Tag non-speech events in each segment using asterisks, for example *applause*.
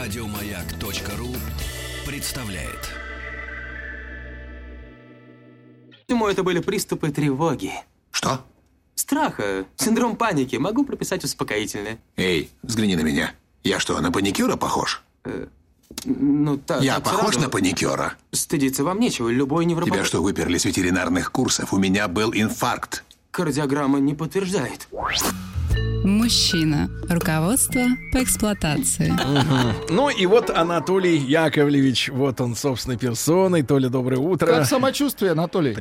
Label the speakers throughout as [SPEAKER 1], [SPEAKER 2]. [SPEAKER 1] Радиомаяк.ру представляет.
[SPEAKER 2] Ему это были приступы тревоги.
[SPEAKER 3] Что?
[SPEAKER 2] Страха, синдром паники. Могу прописать успокоительное.
[SPEAKER 3] Эй, взгляни на меня. Я что, на паникюра похож?
[SPEAKER 2] Ну, так,
[SPEAKER 3] Я
[SPEAKER 2] так
[SPEAKER 3] похож
[SPEAKER 2] сразу.
[SPEAKER 3] на паникюра?
[SPEAKER 2] Стыдиться вам нечего, любой невропат...
[SPEAKER 3] Тебя что, выперли с ветеринарных курсов? У меня был инфаркт.
[SPEAKER 2] Кардиограмма не подтверждает.
[SPEAKER 4] Мужчина. Руководство по эксплуатации.
[SPEAKER 5] Ну и вот Анатолий Яковлевич, вот он собственной персоной. Толя, доброе утро.
[SPEAKER 6] Э,
[SPEAKER 7] Как самочувствие, Анатолий?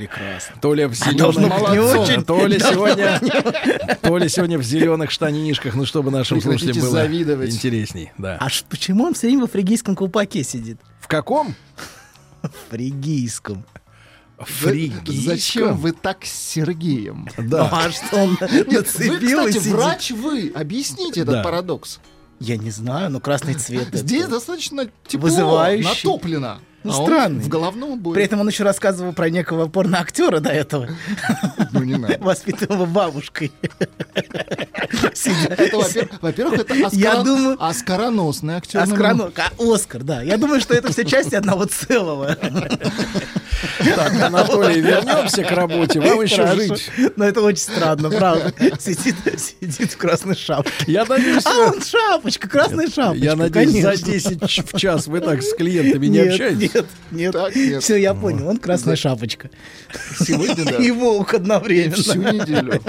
[SPEAKER 5] Толя в зеленых...
[SPEAKER 7] быть не очень.
[SPEAKER 5] Толя сегодня... Толя сегодня в зеленых штанишках, ну чтобы нашим
[SPEAKER 7] Прекратите
[SPEAKER 5] слушателям было
[SPEAKER 7] завидовать.
[SPEAKER 5] интересней. Да.
[SPEAKER 6] А ш- почему он все время в фригийском колпаке сидит?
[SPEAKER 5] В каком?
[SPEAKER 6] В фригийском.
[SPEAKER 5] Фригийском?
[SPEAKER 7] Зачем вы так с Сергеем?
[SPEAKER 5] Да.
[SPEAKER 6] Ну, а
[SPEAKER 5] *laughs*
[SPEAKER 6] что он
[SPEAKER 7] Вы,
[SPEAKER 6] нацепил и
[SPEAKER 7] кстати,
[SPEAKER 6] сидит?
[SPEAKER 7] врач вы. Объясните
[SPEAKER 5] Да.
[SPEAKER 7] этот парадокс.
[SPEAKER 6] Я не знаю, но красный цвет.
[SPEAKER 7] Здесь
[SPEAKER 6] это.
[SPEAKER 7] достаточно тепло,
[SPEAKER 6] Вызывающий.
[SPEAKER 7] натоплено.
[SPEAKER 6] Ну,
[SPEAKER 7] а он
[SPEAKER 6] странный.
[SPEAKER 7] в головном убое.
[SPEAKER 6] При этом он еще рассказывал про некого порноактера до этого, *laughs*
[SPEAKER 7] Ну, не надо.
[SPEAKER 5] *laughs*
[SPEAKER 6] воспитанного бабушкой. Сидя-
[SPEAKER 7] Это, во-пер- во-первых, это оскар...
[SPEAKER 6] Я думаю-
[SPEAKER 7] оскароносный актер.
[SPEAKER 6] Оскаронок, а Оскар, да. Я думаю, что это все части
[SPEAKER 5] *laughs*
[SPEAKER 6] одного целого.
[SPEAKER 5] Так, Анатолий, вернемся к работе. Вам еще
[SPEAKER 6] Хорошо.
[SPEAKER 5] жить.
[SPEAKER 6] Но это очень
[SPEAKER 5] *laughs*
[SPEAKER 6] странно, правда. Сидит, сидит в красной шапке.
[SPEAKER 5] Я надеюсь,
[SPEAKER 6] А он шапочка, красная шапочка.
[SPEAKER 5] я надеюсь,
[SPEAKER 6] конечно.
[SPEAKER 5] за 10 ч- в час вы так с клиентами не
[SPEAKER 6] Нет,
[SPEAKER 5] общаетесь.
[SPEAKER 6] Нет, нет.
[SPEAKER 7] Так, нет.
[SPEAKER 6] Все, я понял, он красная шапочка. *laughs*
[SPEAKER 7] Сегодня, да.
[SPEAKER 6] И волк одновременно.
[SPEAKER 7] Всю неделю.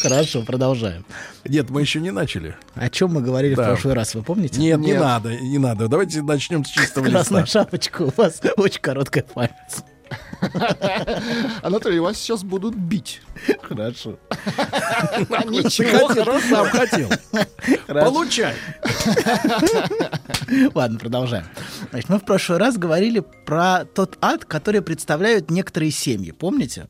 [SPEAKER 6] Хорошо, продолжаем.
[SPEAKER 5] Нет, мы еще не начали.
[SPEAKER 6] О чем мы говорили
[SPEAKER 5] Да.
[SPEAKER 6] в прошлый раз, вы помните?
[SPEAKER 5] Нет, не
[SPEAKER 7] Нет.
[SPEAKER 5] надо, не надо. Давайте начнем с чистого листа.
[SPEAKER 6] Красная шапочка, у вас *laughs* очень короткая память. *laughs*
[SPEAKER 7] Анатолий, вас сейчас будут
[SPEAKER 6] *laughs*
[SPEAKER 7] бить.
[SPEAKER 6] Хорошо.
[SPEAKER 7] А
[SPEAKER 5] Хотел,
[SPEAKER 7] Ничего. А,
[SPEAKER 5] сам хотел. Получай.
[SPEAKER 6] Ладно, продолжаем. Значит, мы в прошлый раз говорили про тот ад, который представляют некоторые семьи. Помните?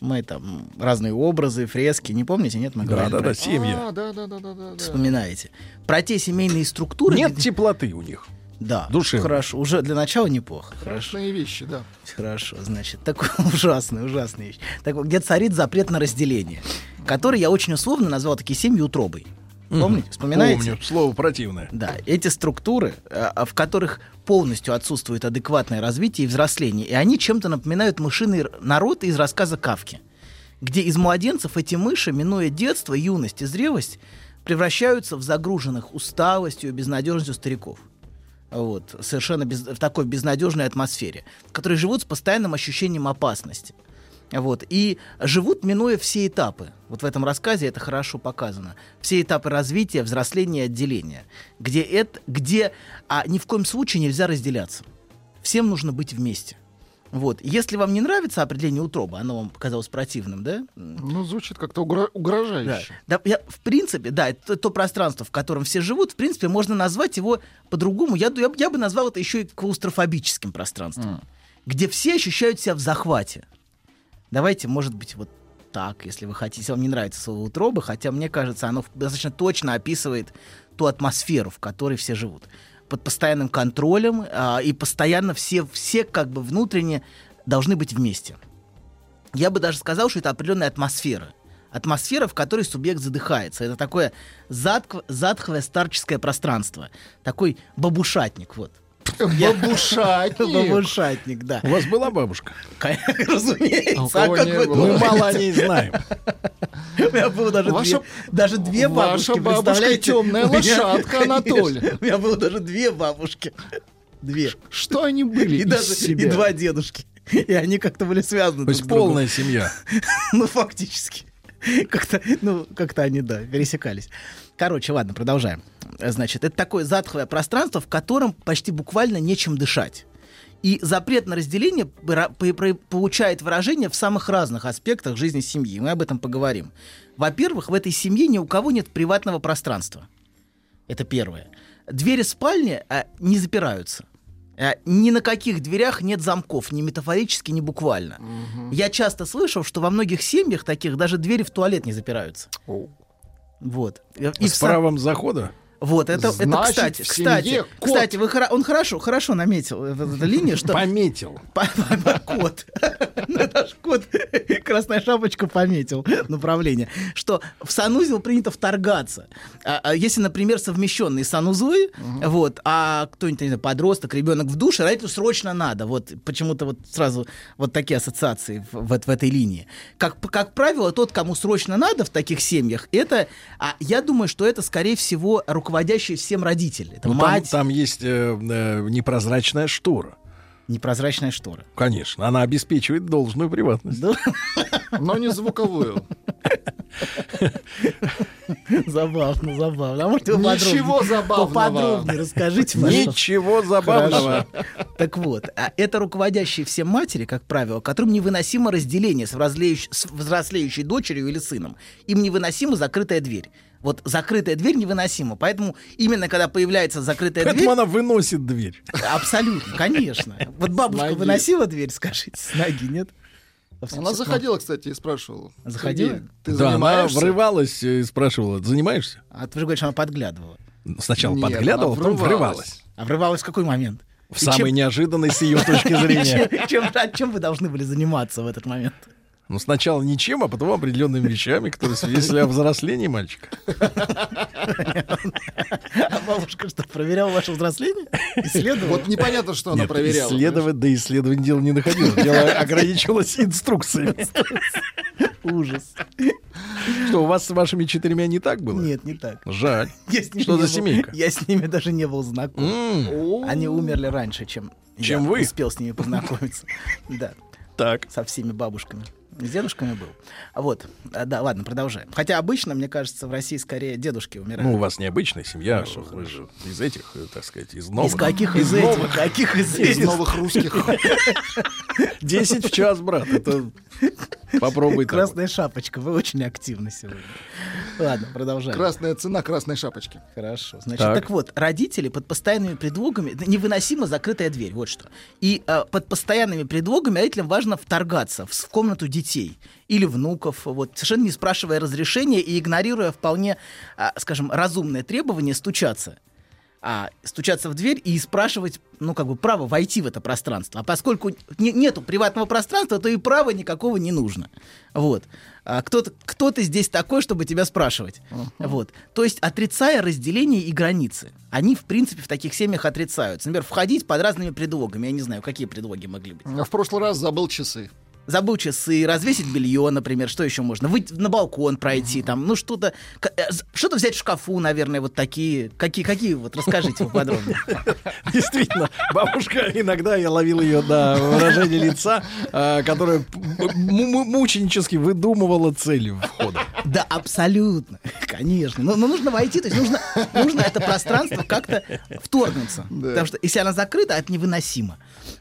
[SPEAKER 6] Мы там разные образы, фрески, не помните? Нет, мы
[SPEAKER 5] Да,
[SPEAKER 6] говорили.
[SPEAKER 5] да,
[SPEAKER 6] про
[SPEAKER 5] да,
[SPEAKER 6] это.
[SPEAKER 5] семья.
[SPEAKER 7] А, да, да, да, да, да, да.
[SPEAKER 6] Вспоминаете. Про те семейные структуры.
[SPEAKER 5] Нет
[SPEAKER 6] где-
[SPEAKER 5] теплоты у них.
[SPEAKER 6] Да.
[SPEAKER 5] души.
[SPEAKER 6] Хорошо. Уже для начала неплохо.
[SPEAKER 7] Страшные вещи, да.
[SPEAKER 6] Хорошо, значит, такой *laughs* ужасный, ужасный вещь. Так вот, где царит запрет на разделение, который я очень условно назвал такие семьи утробой. Помните? Вспоминаете?
[SPEAKER 5] Помню, слово противное.
[SPEAKER 6] Да, эти структуры, а, а, в которых полностью отсутствует адекватное развитие и взросление, и они чем-то напоминают мышиный р- народ из рассказа Кавки, где из младенцев эти мыши, минуя детство, юность и зрелость, превращаются в загруженных усталостью и безнадежностью стариков. Вот, совершенно без- в такой безнадежной атмосфере, которые живут с постоянным ощущением опасности. Вот. И живут, минуя все этапы. Вот в этом рассказе это хорошо показано. Все этапы развития, взросления и отделения. Где, это, где а, ни в коем случае нельзя разделяться. Всем нужно быть вместе. Вот. Если вам не нравится определение утроба, оно вам показалось противным, да?
[SPEAKER 7] Ну, звучит как-то угро- угрожающе.
[SPEAKER 6] Да, Да, я, в принципе, да, это то пространство, в котором все живут, в принципе, можно назвать его по-другому. Я, ду- я, б- я бы назвал это еще и клаустрофобическим пространством, где все ощущают себя в захвате. Давайте, может быть, вот так, если вы хотите, если вам не нравится слово утроба, хотя мне кажется, оно в- достаточно точно описывает ту атмосферу, в которой все живут. Под постоянным контролем, а, и постоянно все, все как бы внутренне должны быть вместе. Я бы даже сказал, что это определенная атмосфера. Атмосфера, в которой субъект задыхается. Это такое затк- затхлое старческое пространство. Такой бабушатник, вот.
[SPEAKER 7] *laughs* Бабушатник.
[SPEAKER 6] Бабушатник, да.
[SPEAKER 5] У вас была
[SPEAKER 6] *laughs*
[SPEAKER 5] бабушка?
[SPEAKER 6] Разумеется.
[SPEAKER 7] А у
[SPEAKER 6] А
[SPEAKER 7] кого
[SPEAKER 6] как
[SPEAKER 7] не
[SPEAKER 6] вы
[SPEAKER 7] было?
[SPEAKER 5] Мы
[SPEAKER 6] думаете?
[SPEAKER 5] мало о ней знаем.
[SPEAKER 6] У меня было даже
[SPEAKER 7] Ваша-
[SPEAKER 6] две, даже две
[SPEAKER 7] ваша
[SPEAKER 6] бабушки.
[SPEAKER 7] бабушка
[SPEAKER 6] представляете?
[SPEAKER 7] темная
[SPEAKER 6] У меня- *laughs*
[SPEAKER 7] лошадка,
[SPEAKER 6] конечно,
[SPEAKER 7] Анатолий.
[SPEAKER 6] У меня было даже две бабушки. Две.
[SPEAKER 7] Что они были
[SPEAKER 6] И
[SPEAKER 7] из
[SPEAKER 6] даже
[SPEAKER 7] себя?
[SPEAKER 6] и два дедушки. *laughs* И они как-то были связаны
[SPEAKER 5] То
[SPEAKER 6] друг
[SPEAKER 5] есть
[SPEAKER 6] с другом.
[SPEAKER 5] полная семья.
[SPEAKER 6] *laughs* Ну, фактически. Как-то, ну, как-то они, да, пересекались. Короче, ладно, продолжаем. Значит, это такое затхлое пространство, в котором почти буквально нечем дышать. И запрет на разделение пра- пы- пра- получает выражение в самых разных аспектах жизни семьи. Мы об этом поговорим. Во-первых, в этой семье ни у кого нет приватного пространства. Это первое. Двери спальни а, не запираются. А, ни на каких дверях нет замков, ни метафорически, ни буквально. Я часто слышал, что во многих семьях таких даже двери в туалет не запираются.
[SPEAKER 7] О.
[SPEAKER 6] Вот. И в сам-
[SPEAKER 5] С правом захода?
[SPEAKER 6] Вот, это, это
[SPEAKER 7] Значит,
[SPEAKER 6] кстати,
[SPEAKER 7] в
[SPEAKER 6] кстати,
[SPEAKER 7] семье кот.
[SPEAKER 6] кстати, вы хоро- он хорошо, хорошо наметил э, вот эту линию, что
[SPEAKER 5] Пометил.
[SPEAKER 6] *laughs* По- по- по- Кот. *laughs* Ну, это ж кот. *laughs* Красная шапочка пометил направление. Что в санузел принято вторгаться. А, а Если, например, совмещенные санузлы, вот, а кто-нибудь, не знаю, подросток, ребенок в душе, родителю срочно надо. Вот почему-то вот сразу вот такие ассоциации в, вот в этой линии. Как, п- как правило, тот, кому срочно надо в таких семьях, это, а я думаю, что это, скорее всего, руководящие всем родители. Это
[SPEAKER 5] Ну, там-
[SPEAKER 6] мать,
[SPEAKER 5] Там есть э, э, непрозрачная штора.
[SPEAKER 6] непрозрачная штора. *laughs*
[SPEAKER 5] Конечно, она обеспечивает должную приватность.
[SPEAKER 7] Но не звуковую.
[SPEAKER 6] Забавно, забавно. А может, вы
[SPEAKER 7] Ничего
[SPEAKER 6] подробнее-
[SPEAKER 7] забавного.
[SPEAKER 6] поподробнее расскажите, пожалуйста.
[SPEAKER 5] Ничего забавного.
[SPEAKER 6] Хорошо. Так вот, а это руководящие все матери, как правило, которым невыносимо разделение с, взрослеющ- с взрослеющей дочерью или сыном. Им невыносима закрытая дверь. Вот закрытая дверь невыносима. Поэтому именно когда появляется закрытая
[SPEAKER 5] *laughs*
[SPEAKER 6] дверь...
[SPEAKER 5] Поэтому она выносит дверь.
[SPEAKER 6] Абсолютно, конечно. Вот бабушка
[SPEAKER 7] ноги.
[SPEAKER 6] выносила дверь, скажите, с ноги, нет?
[SPEAKER 7] *laughs* Она заходила, кстати, и спрашивала.
[SPEAKER 6] Заходила?
[SPEAKER 7] «Сергей, Ты
[SPEAKER 5] Да, она
[SPEAKER 7] занимаешься?
[SPEAKER 5] врывалась э, и спрашивала, занимаешься?
[SPEAKER 6] А ты же говоришь, она подглядывала.
[SPEAKER 5] Сначала
[SPEAKER 7] Нет,
[SPEAKER 5] подглядывала,
[SPEAKER 7] она
[SPEAKER 5] потом врывалась.
[SPEAKER 7] врывалась.
[SPEAKER 6] А врывалась в какой момент?
[SPEAKER 5] В
[SPEAKER 6] И
[SPEAKER 5] самый
[SPEAKER 6] чем-
[SPEAKER 5] неожиданный с ее
[SPEAKER 6] *laughs*
[SPEAKER 5] точки зрения.
[SPEAKER 6] Чем- чем- а чем вы должны были заниматься в этот момент?
[SPEAKER 5] Ну, сначала ничем, а потом определенными вещами, которые свидетельствовали о взрослении мальчика.
[SPEAKER 6] А бабушка что, проверяла ваше взросление? Исследовала?
[SPEAKER 7] Вот непонятно, что она
[SPEAKER 5] Нет,
[SPEAKER 7] проверяла.
[SPEAKER 5] исследовать, да исследование дело не находилось. Дело ограничивалось инструкциями.
[SPEAKER 6] Ужас.
[SPEAKER 5] Что, у вас с вашими четырьмя не так было?
[SPEAKER 6] Нет, не так.
[SPEAKER 5] Жаль.
[SPEAKER 6] Я с ними
[SPEAKER 5] Что
[SPEAKER 6] не
[SPEAKER 5] за
[SPEAKER 6] был-
[SPEAKER 5] семейка?
[SPEAKER 6] Я с ними даже не был знаком.
[SPEAKER 5] М,
[SPEAKER 7] понимаешь? О,
[SPEAKER 6] Они умерли раньше, чем
[SPEAKER 5] Чем
[SPEAKER 6] я
[SPEAKER 5] вы?
[SPEAKER 6] успел с ними познакомиться. *laughs* Да,
[SPEAKER 5] Так.
[SPEAKER 6] со всеми бабушками. С дедушками был. А Вот, А, да, ладно, продолжаем. Хотя обычно, мне кажется, в России скорее дедушки
[SPEAKER 5] Ну, у
[SPEAKER 6] умирают.
[SPEAKER 5] вас необычная семья, что вы же из этих, э, так сказать, из новых.
[SPEAKER 6] Из каких из этих? Каких из
[SPEAKER 7] Из
[SPEAKER 6] этих?
[SPEAKER 7] новых
[SPEAKER 5] *laughs*
[SPEAKER 7] русских.
[SPEAKER 5] 10 в час, брат. Это
[SPEAKER 6] *laughs*
[SPEAKER 5] попробуй так вот.
[SPEAKER 6] Красная шапочка, вы очень активны сегодня. Ладно, продолжаем.
[SPEAKER 7] Красная цена красной шапочки.
[SPEAKER 6] Хорошо. Значит,
[SPEAKER 5] Так.
[SPEAKER 6] так. вот, родители под постоянными предлогами... да, Невыносимо закрытая дверь, вот что. И э, под постоянными предлогами родителям важно вторгаться в, с- в комнату детей или внуков, вот, совершенно не спрашивая разрешения и игнорируя вполне, а, скажем, разумное требование стучаться. А стучаться в дверь и спрашивать, ну, как бы, право войти в это пространство. А поскольку не- нету приватного пространства, то и права никакого не нужно. Вот. А кто, т- кто ты здесь такой, чтобы тебя спрашивать? Вот. То есть отрицая разделение и границы. Они, в принципе, в таких семьях отрицаются. Например, входить под разными предлогами. Я не знаю, какие предлоги могли быть.
[SPEAKER 7] А В прошлый раз забыл часы.
[SPEAKER 6] Забыл часы, развесить белье, например, что еще можно? Выйти на балкон пройти, там, ну что-то... к- э, з- Что-то взять в шкафу, наверное, вот такие. Какие, какие вот, расскажите поподробнее.
[SPEAKER 5] *laughs* Действительно, бабушка иногда я ловил ее на выражение лица, э, которое п- м- м- мученически выдумывала цель входа.
[SPEAKER 6] Да, абсолютно, конечно. Но, но нужно войти, то есть нужно, нужно это пространство как-то вторгнуться. Потому что если она закрыта, это невыносимо.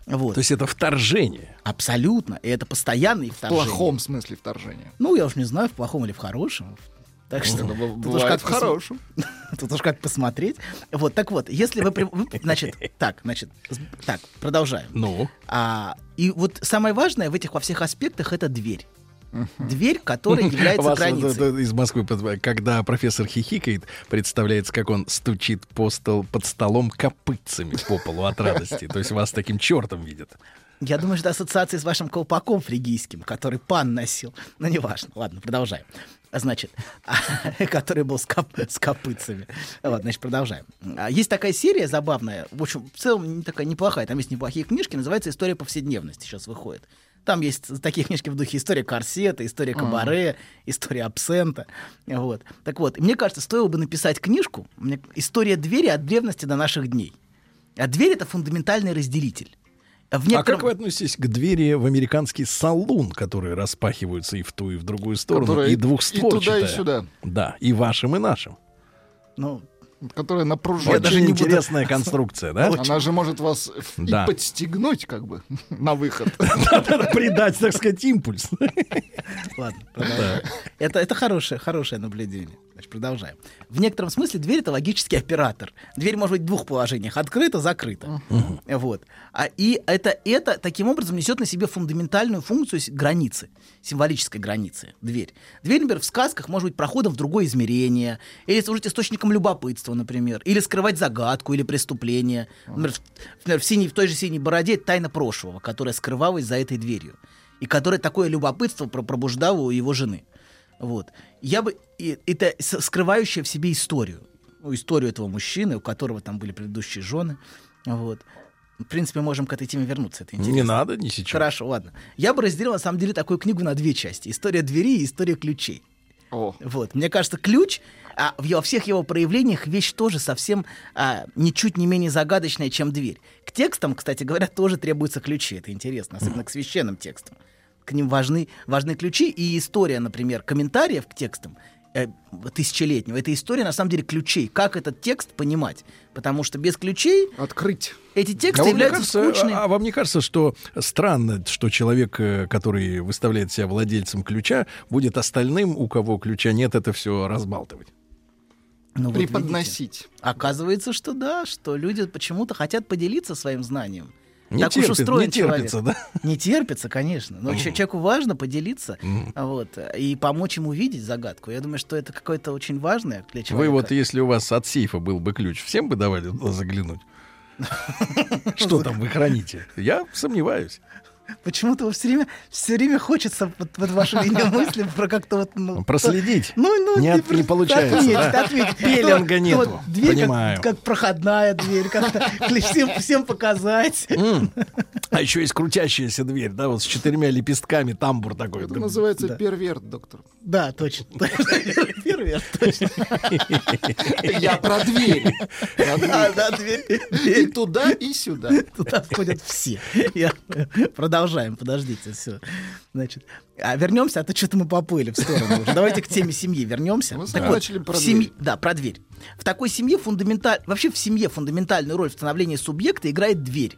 [SPEAKER 6] Вот.
[SPEAKER 5] То есть это вторжение.
[SPEAKER 6] Абсолютно. И это постоянный
[SPEAKER 7] В
[SPEAKER 6] вторжение.
[SPEAKER 7] плохом смысле вторжения.
[SPEAKER 6] Ну, я уж не знаю, в плохом или в хорошем. Так что
[SPEAKER 7] Ну, б-
[SPEAKER 6] тут уж
[SPEAKER 7] Бывает в
[SPEAKER 6] как пос-
[SPEAKER 7] хорошем.
[SPEAKER 6] *laughs* Тут уж как посмотреть. Вот, так вот, если вы... при- вы- Значит, так, значит, с- так, продолжаем.
[SPEAKER 5] Ну,
[SPEAKER 6] А, и вот самое важное в этих во всех аспектах это дверь. Дверь,
[SPEAKER 5] *laughs*
[SPEAKER 6] которая является
[SPEAKER 5] вас вот
[SPEAKER 6] границей.
[SPEAKER 5] это из Москвы, под- когда профессор хихикает, представляется, как он стучит по стол, под столом копытцами по полу от радости. То есть вас таким чертом видят.
[SPEAKER 6] Я думаю, что это ассоциации с вашим колпаком фригийским, который пан носил. Ну, неважно. Ладно, продолжаем. А, Значит, *laughs* который был с, коп- с копытцами. Вот, значит, продолжаем. А, Есть такая серия забавная, в общем, в целом не такая неплохая. Там есть неплохие книжки, называется «История повседневности». Сейчас выходит. Там есть такие книжки в духе «История корсета», «История кабаре», «История абсента». Вот. Так вот, мне кажется, стоило бы написать книжку мне- «История двери от древности до наших дней». А дверь — это фундаментальный разделитель. В
[SPEAKER 5] А как
[SPEAKER 6] некотором-
[SPEAKER 5] вы относитесь к двери в американский салон, которые распахиваются и в ту, и в другую сторону,
[SPEAKER 7] Которая
[SPEAKER 5] и
[SPEAKER 7] и
[SPEAKER 5] двухстворчатая?
[SPEAKER 7] туда, и сюда.
[SPEAKER 5] Да, и вашим, и нашим.
[SPEAKER 6] Ну,
[SPEAKER 7] Которая на
[SPEAKER 5] Это же
[SPEAKER 7] пружине.
[SPEAKER 6] не буду-
[SPEAKER 5] интересная конструкция, да?
[SPEAKER 7] Она же может вас в-
[SPEAKER 5] Да.
[SPEAKER 7] и подстегнуть, как бы, *laughs* на выход.
[SPEAKER 5] Придать, так сказать, импульс.
[SPEAKER 6] ладно, продолжаем. Это, это хорошее, хорошее наблюдение. Значит, продолжаем. В некотором смысле дверь — это логический оператор. Дверь может быть в двух положениях — открыта, закрыта. Вот. А, и это, это таким образом несет на себе фундаментальную функцию с- границы, символической границы, дверь. Дверь, например, в сказках может быть проходом в другое измерение, или служить источником любопытства, например, или скрывать загадку или преступление. Например, в, например, в синей, в той же «Синей бороде» тайна прошлого, которая скрывалась за этой дверью, и которая такое любопытство про- пробуждала у его жены. Вот. Я бы... и- это с- скрывающая в себе историю. Ну, историю этого мужчины, у которого там были предыдущие жены. Вот. В принципе, можем к этой теме вернуться. Это интересно.
[SPEAKER 5] Не надо, не сейчас.
[SPEAKER 6] Хорошо, ладно. Я бы разделил, на самом деле, такую книгу на две части. История двери и история ключей.
[SPEAKER 7] О,
[SPEAKER 6] Вот. Мне кажется, ключ а, в его- во всех его проявлениях вещь тоже совсем а, ничуть не менее загадочная, чем дверь. К текстам, кстати говоря, тоже требуются ключи. Это интересно, особенно к священным текстам. К ним важны, важны ключи и история, например, комментариев к текстам э, тысячелетнего. Это история, на самом деле, ключей. Как этот текст понимать? Потому что без ключей
[SPEAKER 7] открыть.
[SPEAKER 6] эти тексты
[SPEAKER 5] А вам не
[SPEAKER 6] являются
[SPEAKER 5] кажется,
[SPEAKER 6] скучными.
[SPEAKER 5] а- а вам не кажется, что странно, что человек, э, который выставляет себя владельцем ключа, будет остальным, у кого ключа нет, это все разбалтывать?
[SPEAKER 6] Ну, вот видите.
[SPEAKER 7] преподносить.
[SPEAKER 6] Оказывается, что да, что люди почему-то хотят поделиться своим знанием.
[SPEAKER 5] Не
[SPEAKER 6] так уж
[SPEAKER 5] терпит-
[SPEAKER 6] устроен
[SPEAKER 5] не терпится,
[SPEAKER 6] человек.
[SPEAKER 5] да?
[SPEAKER 6] Не терпится, конечно. Но че- человеку важно поделиться вот, и помочь ему видеть загадку. Я думаю, что это какое-то очень важное для
[SPEAKER 5] Вы
[SPEAKER 6] человека.
[SPEAKER 5] вот, если у вас от сейфа был бы ключ, всем бы давали туда
[SPEAKER 6] *laughs*
[SPEAKER 5] заглянуть? Что там вы храните? Я сомневаюсь.
[SPEAKER 6] Почему-то все время, все время хочется под,
[SPEAKER 5] *laughs*
[SPEAKER 6] под ваши линию мысли про как-то вот... Ну,
[SPEAKER 5] Проследить.
[SPEAKER 6] Ну, ну,
[SPEAKER 5] Не
[SPEAKER 6] ты
[SPEAKER 5] от- не
[SPEAKER 6] просто
[SPEAKER 5] получается,
[SPEAKER 6] отметь,
[SPEAKER 5] да?
[SPEAKER 6] отметь.
[SPEAKER 5] Пеленга
[SPEAKER 6] Ну,
[SPEAKER 5] нету.
[SPEAKER 6] вот дверь как-
[SPEAKER 5] Понимаю.
[SPEAKER 6] Как, проходная дверь, как-то всем, всем показать.
[SPEAKER 5] М. А еще есть крутящаяся дверь, да, вот с четырьмя лепестками, тамбур такой.
[SPEAKER 7] Это называется перверт, доктор.
[SPEAKER 6] Да, точно. *laughs* Перверт,
[SPEAKER 5] *laughs*
[SPEAKER 6] точно.
[SPEAKER 7] Я про дверь. Я
[SPEAKER 6] А,
[SPEAKER 7] дверь.
[SPEAKER 6] да, дверь.
[SPEAKER 7] И туда, и сюда.
[SPEAKER 6] *laughs* Туда входят все. Я- Продолжаем, подождите, все. Значит, а вернемся, а то что-то мы поплыли в сторону уже. Давайте к теме семьи вернемся.
[SPEAKER 7] Мы с
[SPEAKER 6] Так
[SPEAKER 7] тобой
[SPEAKER 6] вот,
[SPEAKER 7] начали про
[SPEAKER 6] в семь-
[SPEAKER 7] дверь.
[SPEAKER 6] Да, про дверь. В такой семье фундаменталь... Вообще в семье фундаментальную роль в становлении субъекта играет дверь.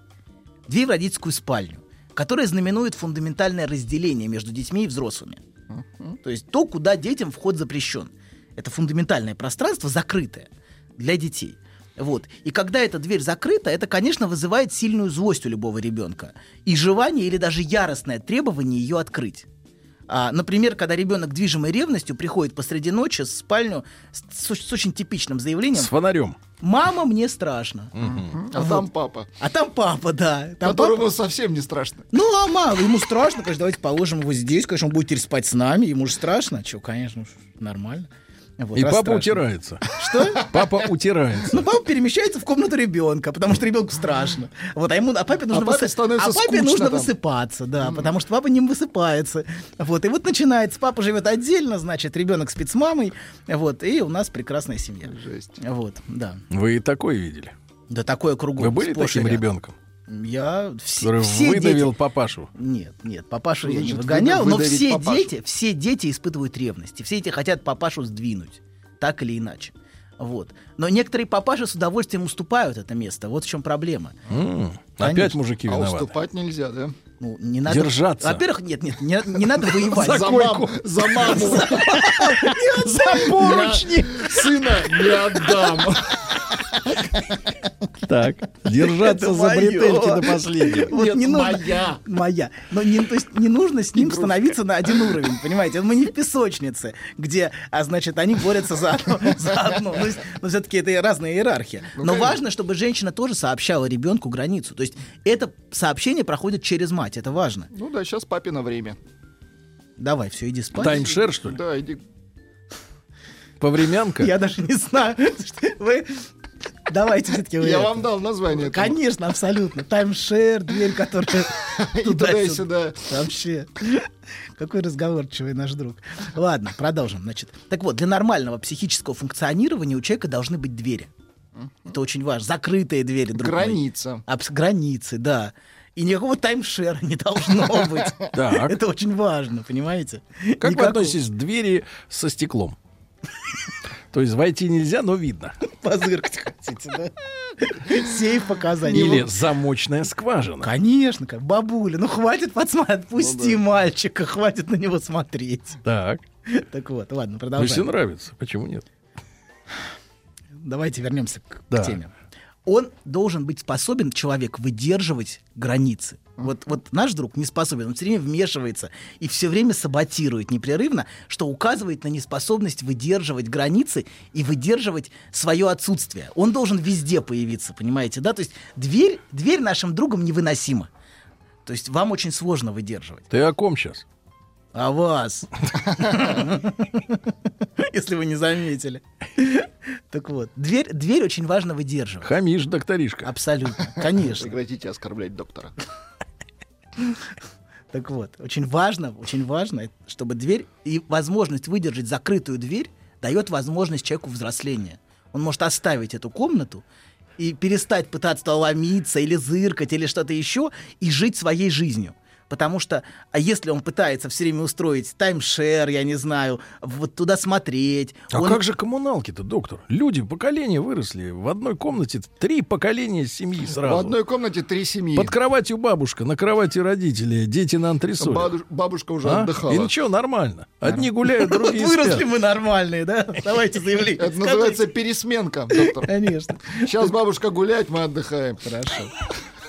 [SPEAKER 6] Дверь в родительскую спальню, которая знаменует фундаментальное разделение между детьми и взрослыми. То есть то, куда детям вход запрещен. Это фундаментальное пространство, закрытое для детей. Вот. И когда эта дверь закрыта, это, конечно, вызывает сильную злость у любого ребенка. И желание или даже яростное требование ее открыть. А, например, когда ребенок движимой ревностью приходит посреди ночи в спальню с, с- с очень типичным заявлением
[SPEAKER 5] С фонарем.
[SPEAKER 6] «Мама, мне страшно».
[SPEAKER 7] А там папа,
[SPEAKER 6] А там папа, да. Там папа-
[SPEAKER 7] которому совсем не страшно.
[SPEAKER 6] ну, а мало, ему страшно, конечно, давайте положим его здесь, конечно, он будет теперь спать с нами, ему же страшно, что, конечно, уж нормально. Вот,
[SPEAKER 5] И
[SPEAKER 6] раз
[SPEAKER 5] папа
[SPEAKER 6] страшно.
[SPEAKER 5] утирается.
[SPEAKER 6] Что?
[SPEAKER 5] Папа утирается.
[SPEAKER 6] Ну, папа перемещается в комнату ребенка, потому что ребенку страшно. Вот, а ему, а папе нужно,
[SPEAKER 7] папе становится
[SPEAKER 6] а папе
[SPEAKER 7] скучно
[SPEAKER 6] нужно
[SPEAKER 7] там.
[SPEAKER 6] высыпаться, да, потому что папа не высыпается. Вот, и вот начинается, папа живет отдельно, значит, ребенок спит с мамой, вот, и у нас прекрасная семья.
[SPEAKER 7] Жесть.
[SPEAKER 6] Вот, да.
[SPEAKER 5] Вы и такое видели?
[SPEAKER 6] Да такое кругом.
[SPEAKER 5] Вы были
[SPEAKER 6] сплошь и
[SPEAKER 5] таким
[SPEAKER 6] рядом.
[SPEAKER 5] ребенком,
[SPEAKER 6] Я все,
[SPEAKER 5] который
[SPEAKER 6] все дети-
[SPEAKER 5] выдавил папашу?
[SPEAKER 6] Нет, нет, папашу
[SPEAKER 7] Ну,
[SPEAKER 6] я не
[SPEAKER 7] значит,
[SPEAKER 6] выгонял,
[SPEAKER 7] выда-
[SPEAKER 6] но
[SPEAKER 7] выдавить
[SPEAKER 6] все
[SPEAKER 7] папашу.
[SPEAKER 6] дети, все дети испытывают ревность, и все эти хотят папашу сдвинуть, так или иначе. Вот. Но некоторые папаши с удовольствием уступают это место. Вот в чем проблема.
[SPEAKER 5] М, Опять
[SPEAKER 6] Конечно.
[SPEAKER 5] мужики
[SPEAKER 7] А
[SPEAKER 5] виноваты.
[SPEAKER 7] уступать нельзя, да?
[SPEAKER 6] Ну, не надо...
[SPEAKER 5] Держаться.
[SPEAKER 6] Во-первых, нет, нет, не,
[SPEAKER 7] *laughs*
[SPEAKER 6] не надо воевать.
[SPEAKER 7] За маму, за маму. За поручни. Сына не отдам.
[SPEAKER 5] Так,
[SPEAKER 6] *laughs*
[SPEAKER 5] держаться
[SPEAKER 6] Это
[SPEAKER 5] за
[SPEAKER 6] моё.
[SPEAKER 5] бретельки до последнего.
[SPEAKER 6] Вот не нужно-
[SPEAKER 7] моя.
[SPEAKER 6] Моя. Но не, то есть не нужно с ним становиться на один уровень, понимаете? Мы не в песочнице, где, а значит, они борются за одно. За одно. Ну, с- Но все-таки это и разная иерархия.
[SPEAKER 7] Ну,
[SPEAKER 6] Но
[SPEAKER 7] конечно.
[SPEAKER 6] важно, чтобы женщина тоже сообщала ребенку границу. То есть это сообщение проходит через мать, это важно.
[SPEAKER 7] Ну да, сейчас папино время.
[SPEAKER 6] Давай, все, иди спать.
[SPEAKER 5] Таймшер, что ли?
[SPEAKER 7] Да, иди.
[SPEAKER 5] Повремянка?
[SPEAKER 6] Я даже не знаю. Вы... Давайте все-таки вы...
[SPEAKER 7] Я
[SPEAKER 6] это.
[SPEAKER 7] вам дал название. этому.
[SPEAKER 6] Конечно, абсолютно. Таймшер, дверь, которая...
[SPEAKER 7] И туда, и сюда.
[SPEAKER 6] Вообще. Какой разговорчивый наш друг. Ладно, продолжим. Значит, так вот, для нормального психического функционирования у человека должны быть двери. Это очень важно. Закрытые двери. друг мой.
[SPEAKER 7] Граница.
[SPEAKER 6] Абс- границы, да. И никакого таймшера не должно быть.
[SPEAKER 5] Так.
[SPEAKER 6] Это очень важно, понимаете?
[SPEAKER 5] Как вы
[SPEAKER 6] Никакого-
[SPEAKER 5] относитесь к двери со стеклом? То есть войти нельзя, но видно.
[SPEAKER 6] Позыркать хотите, да? Сейф показать.
[SPEAKER 5] Или замочная скважина.
[SPEAKER 6] Конечно, как бабуля, ну хватит подсматривать, отпусти
[SPEAKER 5] Ну
[SPEAKER 6] мальчика, хватит на него смотреть.
[SPEAKER 5] Так.
[SPEAKER 6] Так вот, ладно,
[SPEAKER 5] Мне все
[SPEAKER 6] продолжаем.
[SPEAKER 5] нравится. Почему нет?
[SPEAKER 6] Давайте вернемся к, к
[SPEAKER 5] Да.
[SPEAKER 6] теме. Он должен быть способен, человек, выдерживать границы. Вот, вот наш друг не способен, он все время вмешивается и все время саботирует непрерывно, что указывает на неспособность выдерживать границы и выдерживать свое отсутствие. Он должен везде появиться, понимаете, да? То есть дверь, дверь нашим другом невыносима. То есть вам очень сложно выдерживать.
[SPEAKER 5] Ты о ком сейчас?
[SPEAKER 6] А вас? *laughs* Если вы не заметили. Так вот, дверь, дверь очень важно выдерживать.
[SPEAKER 5] Хамишь, докторишка.
[SPEAKER 6] Абсолютно, конечно.
[SPEAKER 7] Прекратите оскорблять доктора.
[SPEAKER 6] Так вот, очень важно, очень важно, чтобы дверь и возможность выдержать закрытую дверь дает возможность человеку взросления. Он может оставить эту комнату и перестать пытаться ломиться или зыркать или что-то еще и жить своей жизнью. Потому что, а если он пытается все время устроить таймшер, я не знаю, вот туда смотреть,
[SPEAKER 5] А
[SPEAKER 6] он-
[SPEAKER 5] как же коммуналки-то, доктор? Люди, поколения выросли. В одной комнате три поколения семьи сразу.
[SPEAKER 7] В одной комнате три семьи.
[SPEAKER 5] Под кроватью бабушка, на кровати родители, дети на антресолях.
[SPEAKER 7] Баду- Бабушка уже
[SPEAKER 5] А?
[SPEAKER 7] отдыхала.
[SPEAKER 5] И ничего, нормально. Одни гуляют,
[SPEAKER 7] *laughs*
[SPEAKER 6] Вот
[SPEAKER 5] другие
[SPEAKER 6] выросли
[SPEAKER 5] спят.
[SPEAKER 6] мы нормальные, да? Давайте заявление.
[SPEAKER 7] Это называется пересменка,
[SPEAKER 6] *laughs*
[SPEAKER 7] доктор.
[SPEAKER 6] Конечно.
[SPEAKER 7] Сейчас бабушка гуляет, мы отдыхаем.
[SPEAKER 6] Хорошо.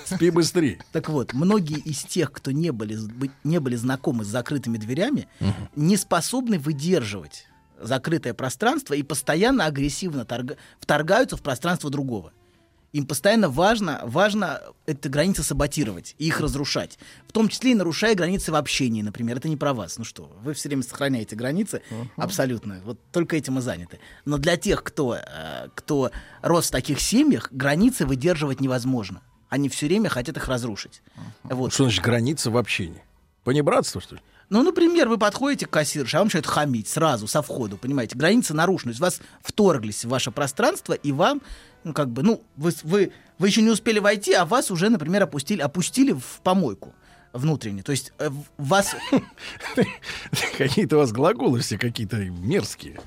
[SPEAKER 5] Спи быстрее.
[SPEAKER 6] Так вот, многие из тех, кто не были, с- бы- не были знакомы с закрытыми дверями, не способны выдерживать закрытое пространство и постоянно агрессивно торга- вторгаются в пространство другого. Им постоянно важно, важно эти границы саботировать и их разрушать. В том числе и нарушая границы в общении, например. Это не про вас. Ну что, вы, вы все время сохраняете границы абсолютно. Вот только этим и заняты. Но для тех, кто, э, кто рос в таких семьях, границы выдерживать невозможно. Они все время хотят их разрушить. Вот.
[SPEAKER 5] Что значит граница в общении? Понебратство, что ли? *laughs*
[SPEAKER 6] Ну, например, вы подходите к кассирше, а вам начинают хамить сразу, со входа, понимаете, границы нарушены. То есть вас вторглись в ваше пространство, и вам, ну, как бы, ну, вы, с- вы, вы еще не успели войти, а вас уже, например, опустили, опустили в помойку внутренне. То есть э, в-
[SPEAKER 5] *laughs*
[SPEAKER 6] вас...
[SPEAKER 5] Какие-то у вас глаголы все какие-то мерзкие.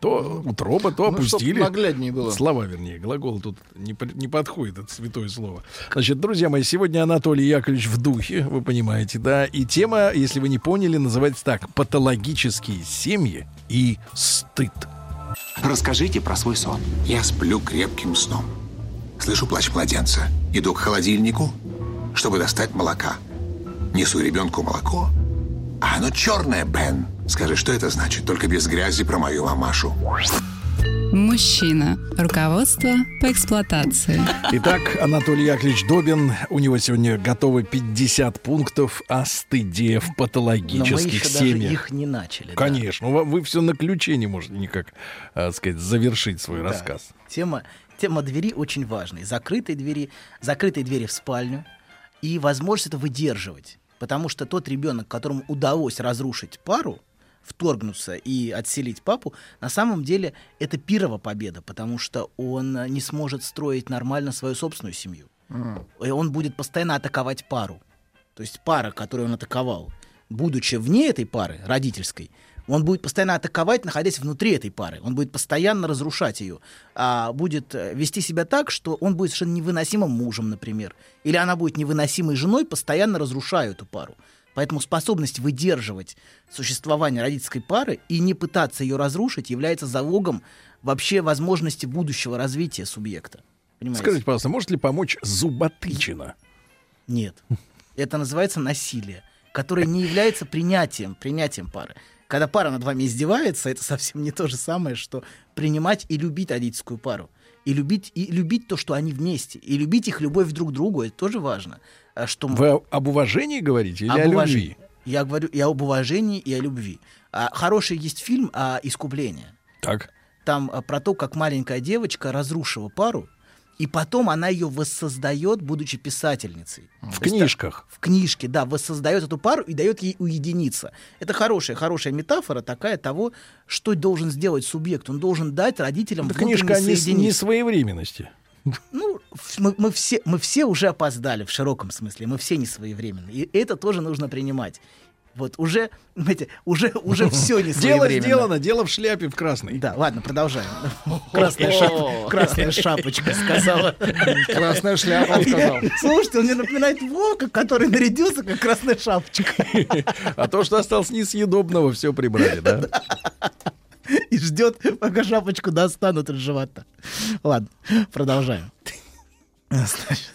[SPEAKER 5] То утроба, то
[SPEAKER 7] Ну, чтоб
[SPEAKER 5] опустили.
[SPEAKER 7] нагляднее было.
[SPEAKER 5] Слова, вернее, глагол тут не, при- не подходит, это святое слово. Значит, друзья мои, сегодня Анатолий Яковлевич в духе, вы понимаете, да. И тема, если вы не поняли, называется так «Патологические семьи и стыд».
[SPEAKER 2] Расскажите про свой сон.
[SPEAKER 3] Я сплю крепким сном. Слышу плач младенца. Иду к холодильнику, чтобы достать молока. Несу ребенку молоко. А оно черное, Бен. Скажи, что это значит? Только без грязи про мою мамашу.
[SPEAKER 4] Мужчина. Руководство по эксплуатации.
[SPEAKER 5] Итак, Анатолий Яковлевич Добин, у него сегодня готовы 50 пунктов о стыде в
[SPEAKER 6] Но мы
[SPEAKER 5] патологических
[SPEAKER 6] еще даже
[SPEAKER 5] семьях.
[SPEAKER 6] их не начали. да.
[SPEAKER 5] Конечно, вы, все на ключе не можете никак, а, так сказать, завершить свой
[SPEAKER 6] Да.
[SPEAKER 5] рассказ.
[SPEAKER 6] Тема, тема двери очень важная. И Закрытой двери, закрытой двери в спальню и возможность это выдерживать. Потому что тот ребенок, которому удалось разрушить пару, вторгнуться и отселить папу, на самом деле это пирова победа, потому что он э, не сможет строить нормально свою собственную семью. И он будет постоянно атаковать пару. То есть пара, которую он атаковал, будучи вне этой пары, родительской, он будет постоянно атаковать, находясь внутри этой пары. Он будет постоянно разрушать ее. А будет э, вести себя так, что он будет совершенно невыносимым мужем, например. Или она будет невыносимой женой, постоянно разрушая эту пару. Поэтому способность выдерживать существование родительской пары и не пытаться ее разрушить является залогом вообще возможности будущего развития субъекта. Понимаете?
[SPEAKER 5] Скажите, пожалуйста, может ли помочь зуботычина?
[SPEAKER 6] Нет. *laughs* Это называется насилие, которое не является принятием, принятием пары. Когда пара над вами издевается, это совсем не то же самое, что принимать и любить родительскую пару. И любить, и любить то, что они вместе. И любить их любовь друг к другу, это тоже важно. А Что мы-
[SPEAKER 5] Вы о- об уважении говорите или
[SPEAKER 6] об
[SPEAKER 5] о любви?
[SPEAKER 6] уважении. Я говорю и об уважении, и о любви. А, хороший есть фильм а, «Искупление»
[SPEAKER 5] Так.
[SPEAKER 6] там а, про то, как маленькая девочка разрушила пару, и потом она ее воссоздает, будучи писательницей.
[SPEAKER 5] В книжках.
[SPEAKER 6] В книжке, да, воссоздает эту пару и дает ей уединиться. Это хорошая, хорошая метафора такая того, что должен сделать субъект. Он должен дать родителям
[SPEAKER 5] Это Ну, книжка о
[SPEAKER 6] внутренне
[SPEAKER 5] нес-
[SPEAKER 6] соединиться.
[SPEAKER 5] несвоевременности.
[SPEAKER 6] Ну, в- мы, мы все, мы все уже опоздали в широком смысле, мы все не своевременны. И это тоже нужно принимать. Вот уже, знаете, уже,
[SPEAKER 5] *laughs*
[SPEAKER 6] уже все не
[SPEAKER 5] Дело
[SPEAKER 6] своевременно.
[SPEAKER 5] сделано, дело в шляпе в красной.
[SPEAKER 6] Да, ладно, продолжаем. Красная, шап- красная
[SPEAKER 5] *laughs*
[SPEAKER 6] шапочка сказала.
[SPEAKER 7] Красная
[SPEAKER 6] *laughs*
[SPEAKER 7] шляпа, он сказал.
[SPEAKER 6] Слушайте, он мне напоминает Вока, который нарядился как красная шапочка. *laughs*
[SPEAKER 5] А то, что осталось несъедобного, все прибрали, да?
[SPEAKER 6] И ждет, пока шапочку достанут из живота. Ладно, продолжаем. Значит,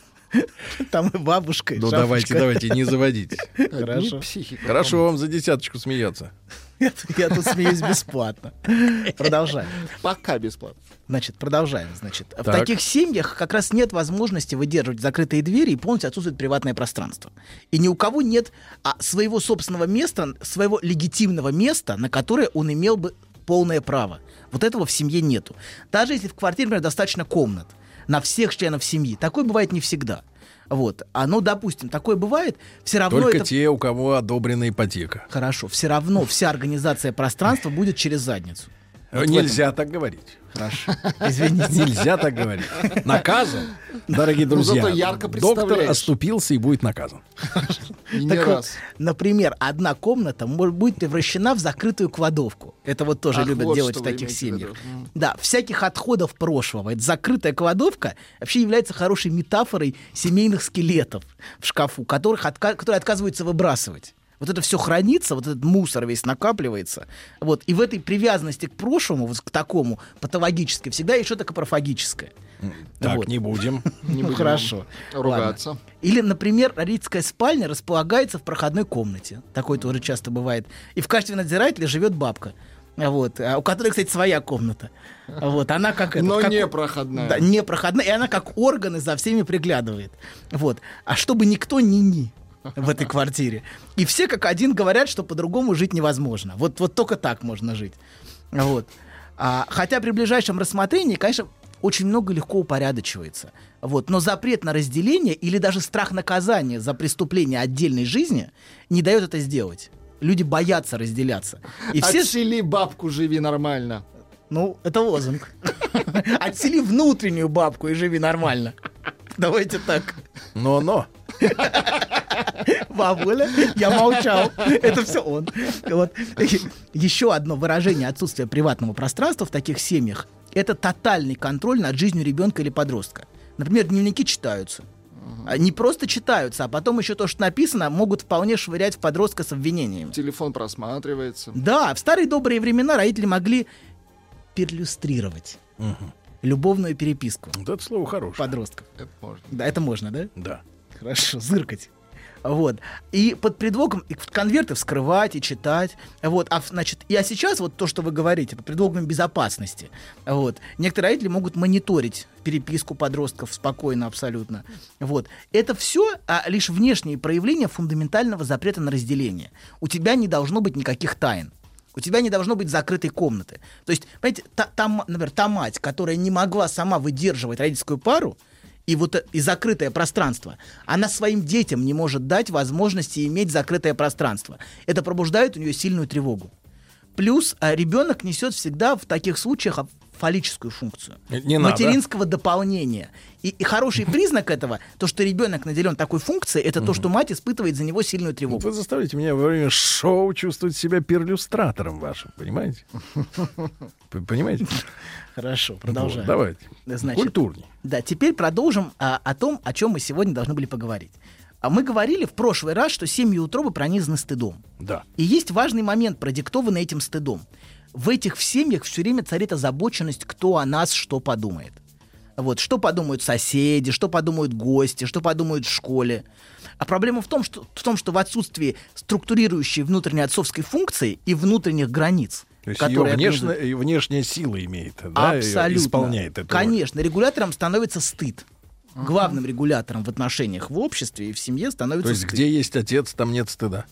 [SPEAKER 6] Там и бабушка, и
[SPEAKER 5] Ну
[SPEAKER 6] шапочка.
[SPEAKER 5] давайте, давайте, не заводитесь.
[SPEAKER 6] Хорошо.
[SPEAKER 5] Хорошо вам за десяточку смеяться.
[SPEAKER 6] Я тут- я тут смеюсь бесплатно. Продолжаем.
[SPEAKER 7] Пока бесплатно.
[SPEAKER 6] Значит, продолжаем. Значит, в
[SPEAKER 5] Так.
[SPEAKER 6] таких семьях как раз нет возможности выдерживать закрытые двери и полностью отсутствует приватное пространство. И ни у кого нет а, своего собственного места, своего легитимного места, на которое он имел бы полное право. Вот этого в семье нету. Даже если в квартире, например, достаточно комнат на всех членов семьи, такое бывает не всегда. Вот. А ну, допустим, такое бывает, все равно
[SPEAKER 5] Только
[SPEAKER 6] это...
[SPEAKER 5] те, у кого одобрена ипотека.
[SPEAKER 6] Хорошо, все равно вся организация пространства будет через задницу.
[SPEAKER 5] Э, Нельзя так говорить. *laughs*
[SPEAKER 6] Хорошо. Извините.
[SPEAKER 5] Нельзя так говорить. Наказан, дорогие
[SPEAKER 7] Ну,
[SPEAKER 5] друзья.
[SPEAKER 7] зато ярко
[SPEAKER 5] доктор
[SPEAKER 7] представляешь.
[SPEAKER 5] оступился и будет наказан.
[SPEAKER 7] И не
[SPEAKER 6] Так вот,
[SPEAKER 7] раз.
[SPEAKER 6] например, одна комната может быть превращена в закрытую кладовку. Это вот тоже
[SPEAKER 7] Ах,
[SPEAKER 6] любят
[SPEAKER 7] вот
[SPEAKER 6] делать
[SPEAKER 7] что
[SPEAKER 6] в
[SPEAKER 7] вы
[SPEAKER 6] таких
[SPEAKER 7] имеете в
[SPEAKER 6] семьях.
[SPEAKER 7] виду. М.
[SPEAKER 6] Да, всяких отходов прошлого. Это закрытая кладовка вообще является хорошей метафорой семейных скелетов в шкафу, которых отка- которые отказываются выбрасывать. Вот это все хранится, вот этот мусор весь накапливается. Вот. И в этой привязанности к прошлому, вот к такому патологической, всегда есть что-то капрофагическое.
[SPEAKER 5] Так,
[SPEAKER 6] Вот.
[SPEAKER 5] не будем.
[SPEAKER 7] Не
[SPEAKER 6] Ну,
[SPEAKER 7] будем
[SPEAKER 6] хорошо.
[SPEAKER 7] ругаться.
[SPEAKER 6] Ладно. Или, например, родительская спальня располагается в проходной комнате. Такое тоже часто бывает. И в качестве надзирателя живет бабка. Вот. А У которой, кстати, своя комната. Вот. Она как это...
[SPEAKER 7] Но
[SPEAKER 6] как-
[SPEAKER 7] не проходная.
[SPEAKER 6] Да, не проходная. И она как органы за всеми приглядывает. Вот. А чтобы никто не ни в этой квартире. И все как один говорят, что по-другому жить невозможно. Вот, вот только так можно жить. Вот. А, хотя при ближайшем рассмотрении, конечно, очень много легко упорядочивается. Вот. Но запрет на разделение или даже страх наказания за преступление отдельной жизни не дает это сделать. Люди боятся разделяться.
[SPEAKER 7] А
[SPEAKER 6] И все...
[SPEAKER 7] Отсели бабку, живи нормально.
[SPEAKER 6] Ну, это лозунг. Отсели внутреннюю бабку и живи нормально. Давайте так.
[SPEAKER 5] Но-но.
[SPEAKER 6] Бабуля, я молчал. Это все он. Вот. Еще одно выражение отсутствия приватного пространства в таких семьях – это тотальный контроль над жизнью ребенка или подростка. Например, дневники читаются. А Не просто читаются, а потом еще то, что написано, могут вполне швырять в подростка с обвинениями.
[SPEAKER 7] Телефон просматривается.
[SPEAKER 6] Да, в старые добрые времена родители могли перлюстрировать любовную переписку
[SPEAKER 5] Вот это слово хорошее.
[SPEAKER 6] подростков.
[SPEAKER 7] Это можно.
[SPEAKER 6] Да, это можно, да?
[SPEAKER 5] Да.
[SPEAKER 6] Хорошо, зыркать. Вот. И под предлогом и конверты вскрывать и читать. Вот. А, в- значит, и, а сейчас вот то, что вы говорите, под предлогом безопасности. Вот. Некоторые родители могут мониторить переписку подростков спокойно абсолютно. Вот. Это все а, лишь внешние проявления фундаментального запрета на разделение. У тебя не должно быть никаких тайн. У тебя не должно быть закрытой комнаты. То есть, понимаете, та, та м- например, та мать, которая не могла сама выдерживать родительскую пару, и вот э- и закрытое пространство. Она своим детям не может дать возможности иметь закрытое пространство. Это пробуждает у нее сильную тревогу. Плюс а, ребенок несет всегда в таких случаях а, фаллическую функцию
[SPEAKER 5] Не надо.
[SPEAKER 6] материнского дополнения. И,
[SPEAKER 5] *laughs*
[SPEAKER 6] и хороший признак этого, то, что ребенок наделен такой функцией, это то, что мать испытывает за него сильную
[SPEAKER 5] Вот
[SPEAKER 6] тревогу.
[SPEAKER 5] вы заставляете меня во время шоу чувствовать себя перлюстратором вашим, понимаете? П- Понимаете?
[SPEAKER 6] Хорошо,
[SPEAKER 5] Вот,
[SPEAKER 6] продолжаем.
[SPEAKER 5] Давайте.
[SPEAKER 6] Значит,
[SPEAKER 5] Культурней.
[SPEAKER 6] Да, теперь продолжим а, о том, о чем мы сегодня должны были поговорить. А мы говорили в прошлый раз, что семьи утробы пронизаны стыдом.
[SPEAKER 5] Да.
[SPEAKER 6] И есть важный момент, продиктованный этим стыдом. В этих в семьях все время царит озабоченность, кто о нас что подумает. Вот, что подумают соседи, что подумают гости, что подумают в школе. А проблема в том, что в, том, что в отсутствии структурирующей внутренней отцовской функции и внутренних границ,
[SPEAKER 5] То есть ее
[SPEAKER 6] которые
[SPEAKER 5] внешне-
[SPEAKER 6] организуют-
[SPEAKER 5] ее внешняя сила имеет, да, и
[SPEAKER 6] Абсолютно.
[SPEAKER 5] исполняет это.
[SPEAKER 6] Конечно, регулятором становится стыд. Главным регулятором в отношениях в обществе и в семье становится
[SPEAKER 5] То есть
[SPEAKER 6] стыд.
[SPEAKER 5] где есть отец, там нет
[SPEAKER 6] *laughs*
[SPEAKER 5] стыда.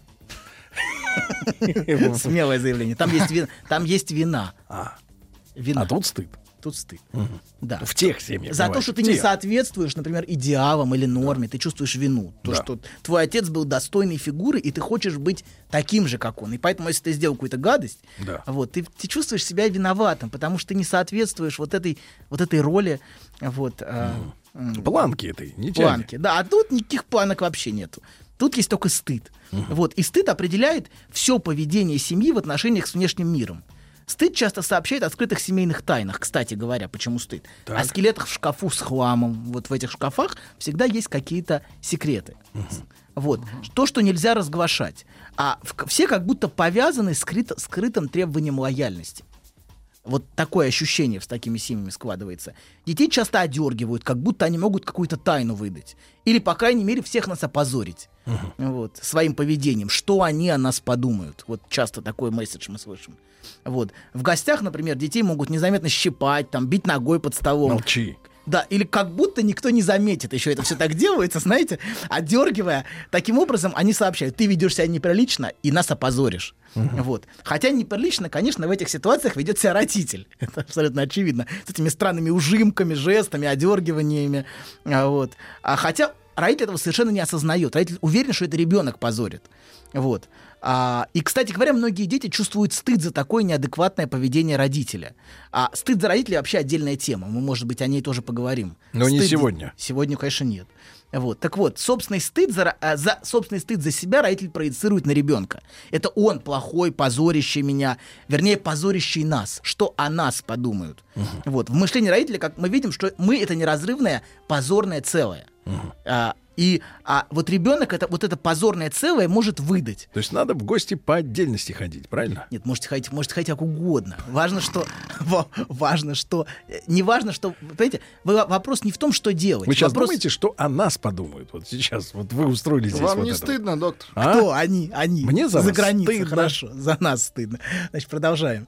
[SPEAKER 6] Смелое заявление. Там есть вина. Там есть вина.
[SPEAKER 5] А,
[SPEAKER 6] вина.
[SPEAKER 5] а тут стыд.
[SPEAKER 6] Тут стыд. Да.
[SPEAKER 5] В тех семьях.
[SPEAKER 6] За то,
[SPEAKER 5] бывает,
[SPEAKER 6] что
[SPEAKER 5] в
[SPEAKER 6] ты не
[SPEAKER 5] тех.
[SPEAKER 6] соответствуешь, например, идеалам или норме, ты чувствуешь вину. То,
[SPEAKER 5] Да.
[SPEAKER 6] что твой отец был достойной фигуры, и ты хочешь быть таким же, как он. И поэтому, если ты сделал какую-то гадость,
[SPEAKER 5] Да.
[SPEAKER 6] вот, ты, ты чувствуешь себя виноватым, потому что ты не соответствуешь вот этой, вот этой роли. Вот, а, м,
[SPEAKER 5] Планки этой, не тяни.
[SPEAKER 6] планки. Да, а тут никаких планок вообще нету. Тут есть только стыд. Вот. И стыд определяет все поведение семьи в отношениях с внешним миром. Стыд часто сообщает о скрытых семейных тайнах, кстати говоря, почему стыд. О скелетах в шкафу с хламом. Вот в этих шкафах всегда есть какие-то секреты. Вот. То, что нельзя разглашать. А в- все как будто повязаны скрыто- скрытым требованием лояльности. вот такое ощущение с такими семьями складывается. Детей часто одергивают, как будто они могут какую-то тайну выдать. Или, по крайней мере, всех нас опозорить. Вот, своим поведением. Что они о нас подумают. Вот часто такой месседж мы слышим. Вот. В гостях, например, детей могут незаметно щипать, там, бить ногой под столом.
[SPEAKER 5] Молчи.
[SPEAKER 6] Да, или как будто никто не заметит, еще это все так делается, знаете, отдергивая. Таким образом, они сообщают, ты ведешь себя неприлично и нас опозоришь. Вот. Хотя неприлично, конечно, в этих ситуациях ведет себя родитель. *laughs* Это абсолютно очевидно. С этими странными ужимками, жестами, одергиваниями. А Вот. А хотя родитель этого совершенно не осознает. Родитель уверен, что это ребенок позорит. Вот. А, и, кстати говоря, многие дети чувствуют стыд за такое неадекватное поведение родителя. А стыд за родителя вообще отдельная тема. Мы, может быть, о ней тоже поговорим.
[SPEAKER 5] Но не
[SPEAKER 6] Стыд-
[SPEAKER 5] сегодня.
[SPEAKER 6] Сегодня, конечно, нет. Вот. Так вот, собственный стыд за, ро- а, за- собственный стыд за себя родитель проецирует на ребенка. Это он плохой, позорящий меня, вернее, позорящий нас. Что о нас подумают? Вот. В мышлении родителя, как мы видим, что мы это неразрывное, позорное целое. А, и а, вот ребенок это, вот это позорное целое может выдать.
[SPEAKER 5] То есть надо в гости по отдельности ходить, правильно?
[SPEAKER 6] Нет, можете ходить, можете ходить как угодно. Важно, что... *laughs* ва- Важно, что... э, Не важно, что... Понимаете, вы- вопрос не в том, что делать.
[SPEAKER 5] Вы сейчас
[SPEAKER 6] вопрос,
[SPEAKER 5] думаете, что о нас подумают? Вот сейчас, вот вы устроили здесь
[SPEAKER 7] Вам
[SPEAKER 5] вот
[SPEAKER 7] не
[SPEAKER 5] это вот.
[SPEAKER 7] стыдно, доктор?
[SPEAKER 5] А?
[SPEAKER 6] Кто они? Они.
[SPEAKER 5] Мне за вас
[SPEAKER 6] границей.
[SPEAKER 5] стыдно.
[SPEAKER 6] Хорошо, за нас стыдно. Значит, продолжаем.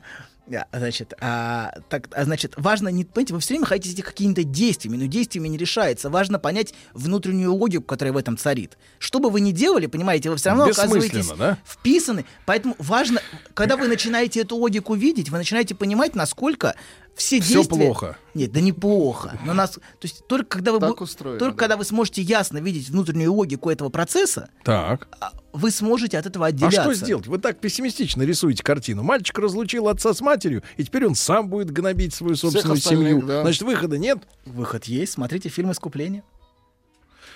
[SPEAKER 6] А, Значит, а, так, а, значит, важно не, понимаете, вы все время хотите какими-то действиями, но ну, действиями не решается. Важно понять внутреннюю логику, которая в этом царит. Что бы вы ни делали, понимаете, вы все равно
[SPEAKER 5] Бессмысленно,
[SPEAKER 6] оказываетесь
[SPEAKER 5] да?
[SPEAKER 6] вписаны. Поэтому важно, когда вы начинаете эту логику видеть, вы начинаете понимать, насколько все
[SPEAKER 5] Всё
[SPEAKER 6] действия...
[SPEAKER 5] плохо.
[SPEAKER 6] Нет, да неплохо. Но нас, то есть только когда вы,
[SPEAKER 7] Так
[SPEAKER 6] бу-
[SPEAKER 7] устроено,
[SPEAKER 6] только
[SPEAKER 7] да.
[SPEAKER 6] когда вы сможете ясно видеть внутреннюю логику этого процесса,
[SPEAKER 5] Так.
[SPEAKER 6] а, вы сможете от этого
[SPEAKER 5] А
[SPEAKER 6] отделяться.
[SPEAKER 5] что сделать? Вы так пессимистично рисуете картину. Мальчик разлучил отца с матерью, и теперь он сам будет гнобить свою собственную
[SPEAKER 7] остальных,
[SPEAKER 5] семью.
[SPEAKER 7] да.
[SPEAKER 5] Значит, выхода нет.
[SPEAKER 6] Выход есть, смотрите фильм «Искупление».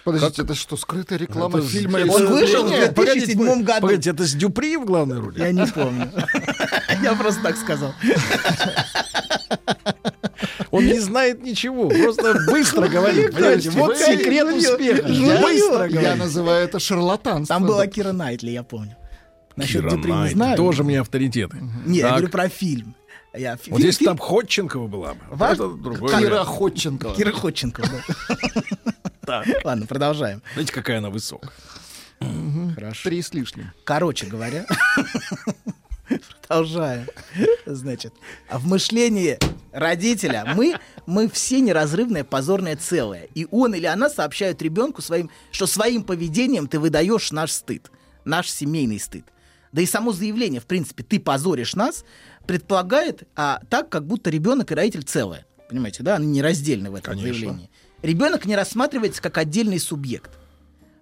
[SPEAKER 7] Подождите, это что, скрытая
[SPEAKER 6] А
[SPEAKER 7] реклама
[SPEAKER 5] Это
[SPEAKER 7] фильма?
[SPEAKER 5] же-
[SPEAKER 7] или
[SPEAKER 6] Он
[SPEAKER 7] что?
[SPEAKER 6] вышел в
[SPEAKER 7] Нет,
[SPEAKER 6] 2007 году.
[SPEAKER 5] Погодите, это с Дюпри в главной роли?
[SPEAKER 6] Я не помню. Я просто так сказал.
[SPEAKER 5] Он не знает ничего, просто быстро говорит. Понимаете,
[SPEAKER 7] Подождите,
[SPEAKER 5] вот
[SPEAKER 7] вы-
[SPEAKER 5] секрет успеха.
[SPEAKER 7] Я-
[SPEAKER 5] Быстро
[SPEAKER 7] Я
[SPEAKER 5] говорит.
[SPEAKER 7] называю это шарлатанство.
[SPEAKER 6] Там была Кира Найтли, я помню. Насчет
[SPEAKER 5] Кира
[SPEAKER 6] Дюпри не
[SPEAKER 5] Найтли,
[SPEAKER 6] знаю.
[SPEAKER 5] Тоже мне авторитеты.
[SPEAKER 6] Не, я
[SPEAKER 5] Так.
[SPEAKER 6] говорю про фильм. Я фи-
[SPEAKER 5] Вот если бы
[SPEAKER 6] фильм-
[SPEAKER 5] там Ходченкова была бы,
[SPEAKER 6] Важно-
[SPEAKER 5] это другой
[SPEAKER 7] Кира
[SPEAKER 5] вариант.
[SPEAKER 7] Ходченкова.
[SPEAKER 6] Кира Ходченко.
[SPEAKER 5] *laughs*
[SPEAKER 6] да. Ладно, продолжаем.
[SPEAKER 5] Знаете, какая она высокая.
[SPEAKER 7] Три с лишним.
[SPEAKER 6] Короче говоря, *laughs* продолжаем. Значит, а в мышлении родителя мы, мы все неразрывное позорное целое. И он или она сообщают ребенку своим, что своим поведением ты выдаешь наш стыд, наш семейный стыд. Да и само заявление, в принципе, ты позоришь нас, предполагает а, так, как будто ребенок и родитель целое. Понимаете, да? Они нераздельны в этом
[SPEAKER 5] Конечно.
[SPEAKER 6] заявлении. Ребенок не рассматривается как отдельный субъект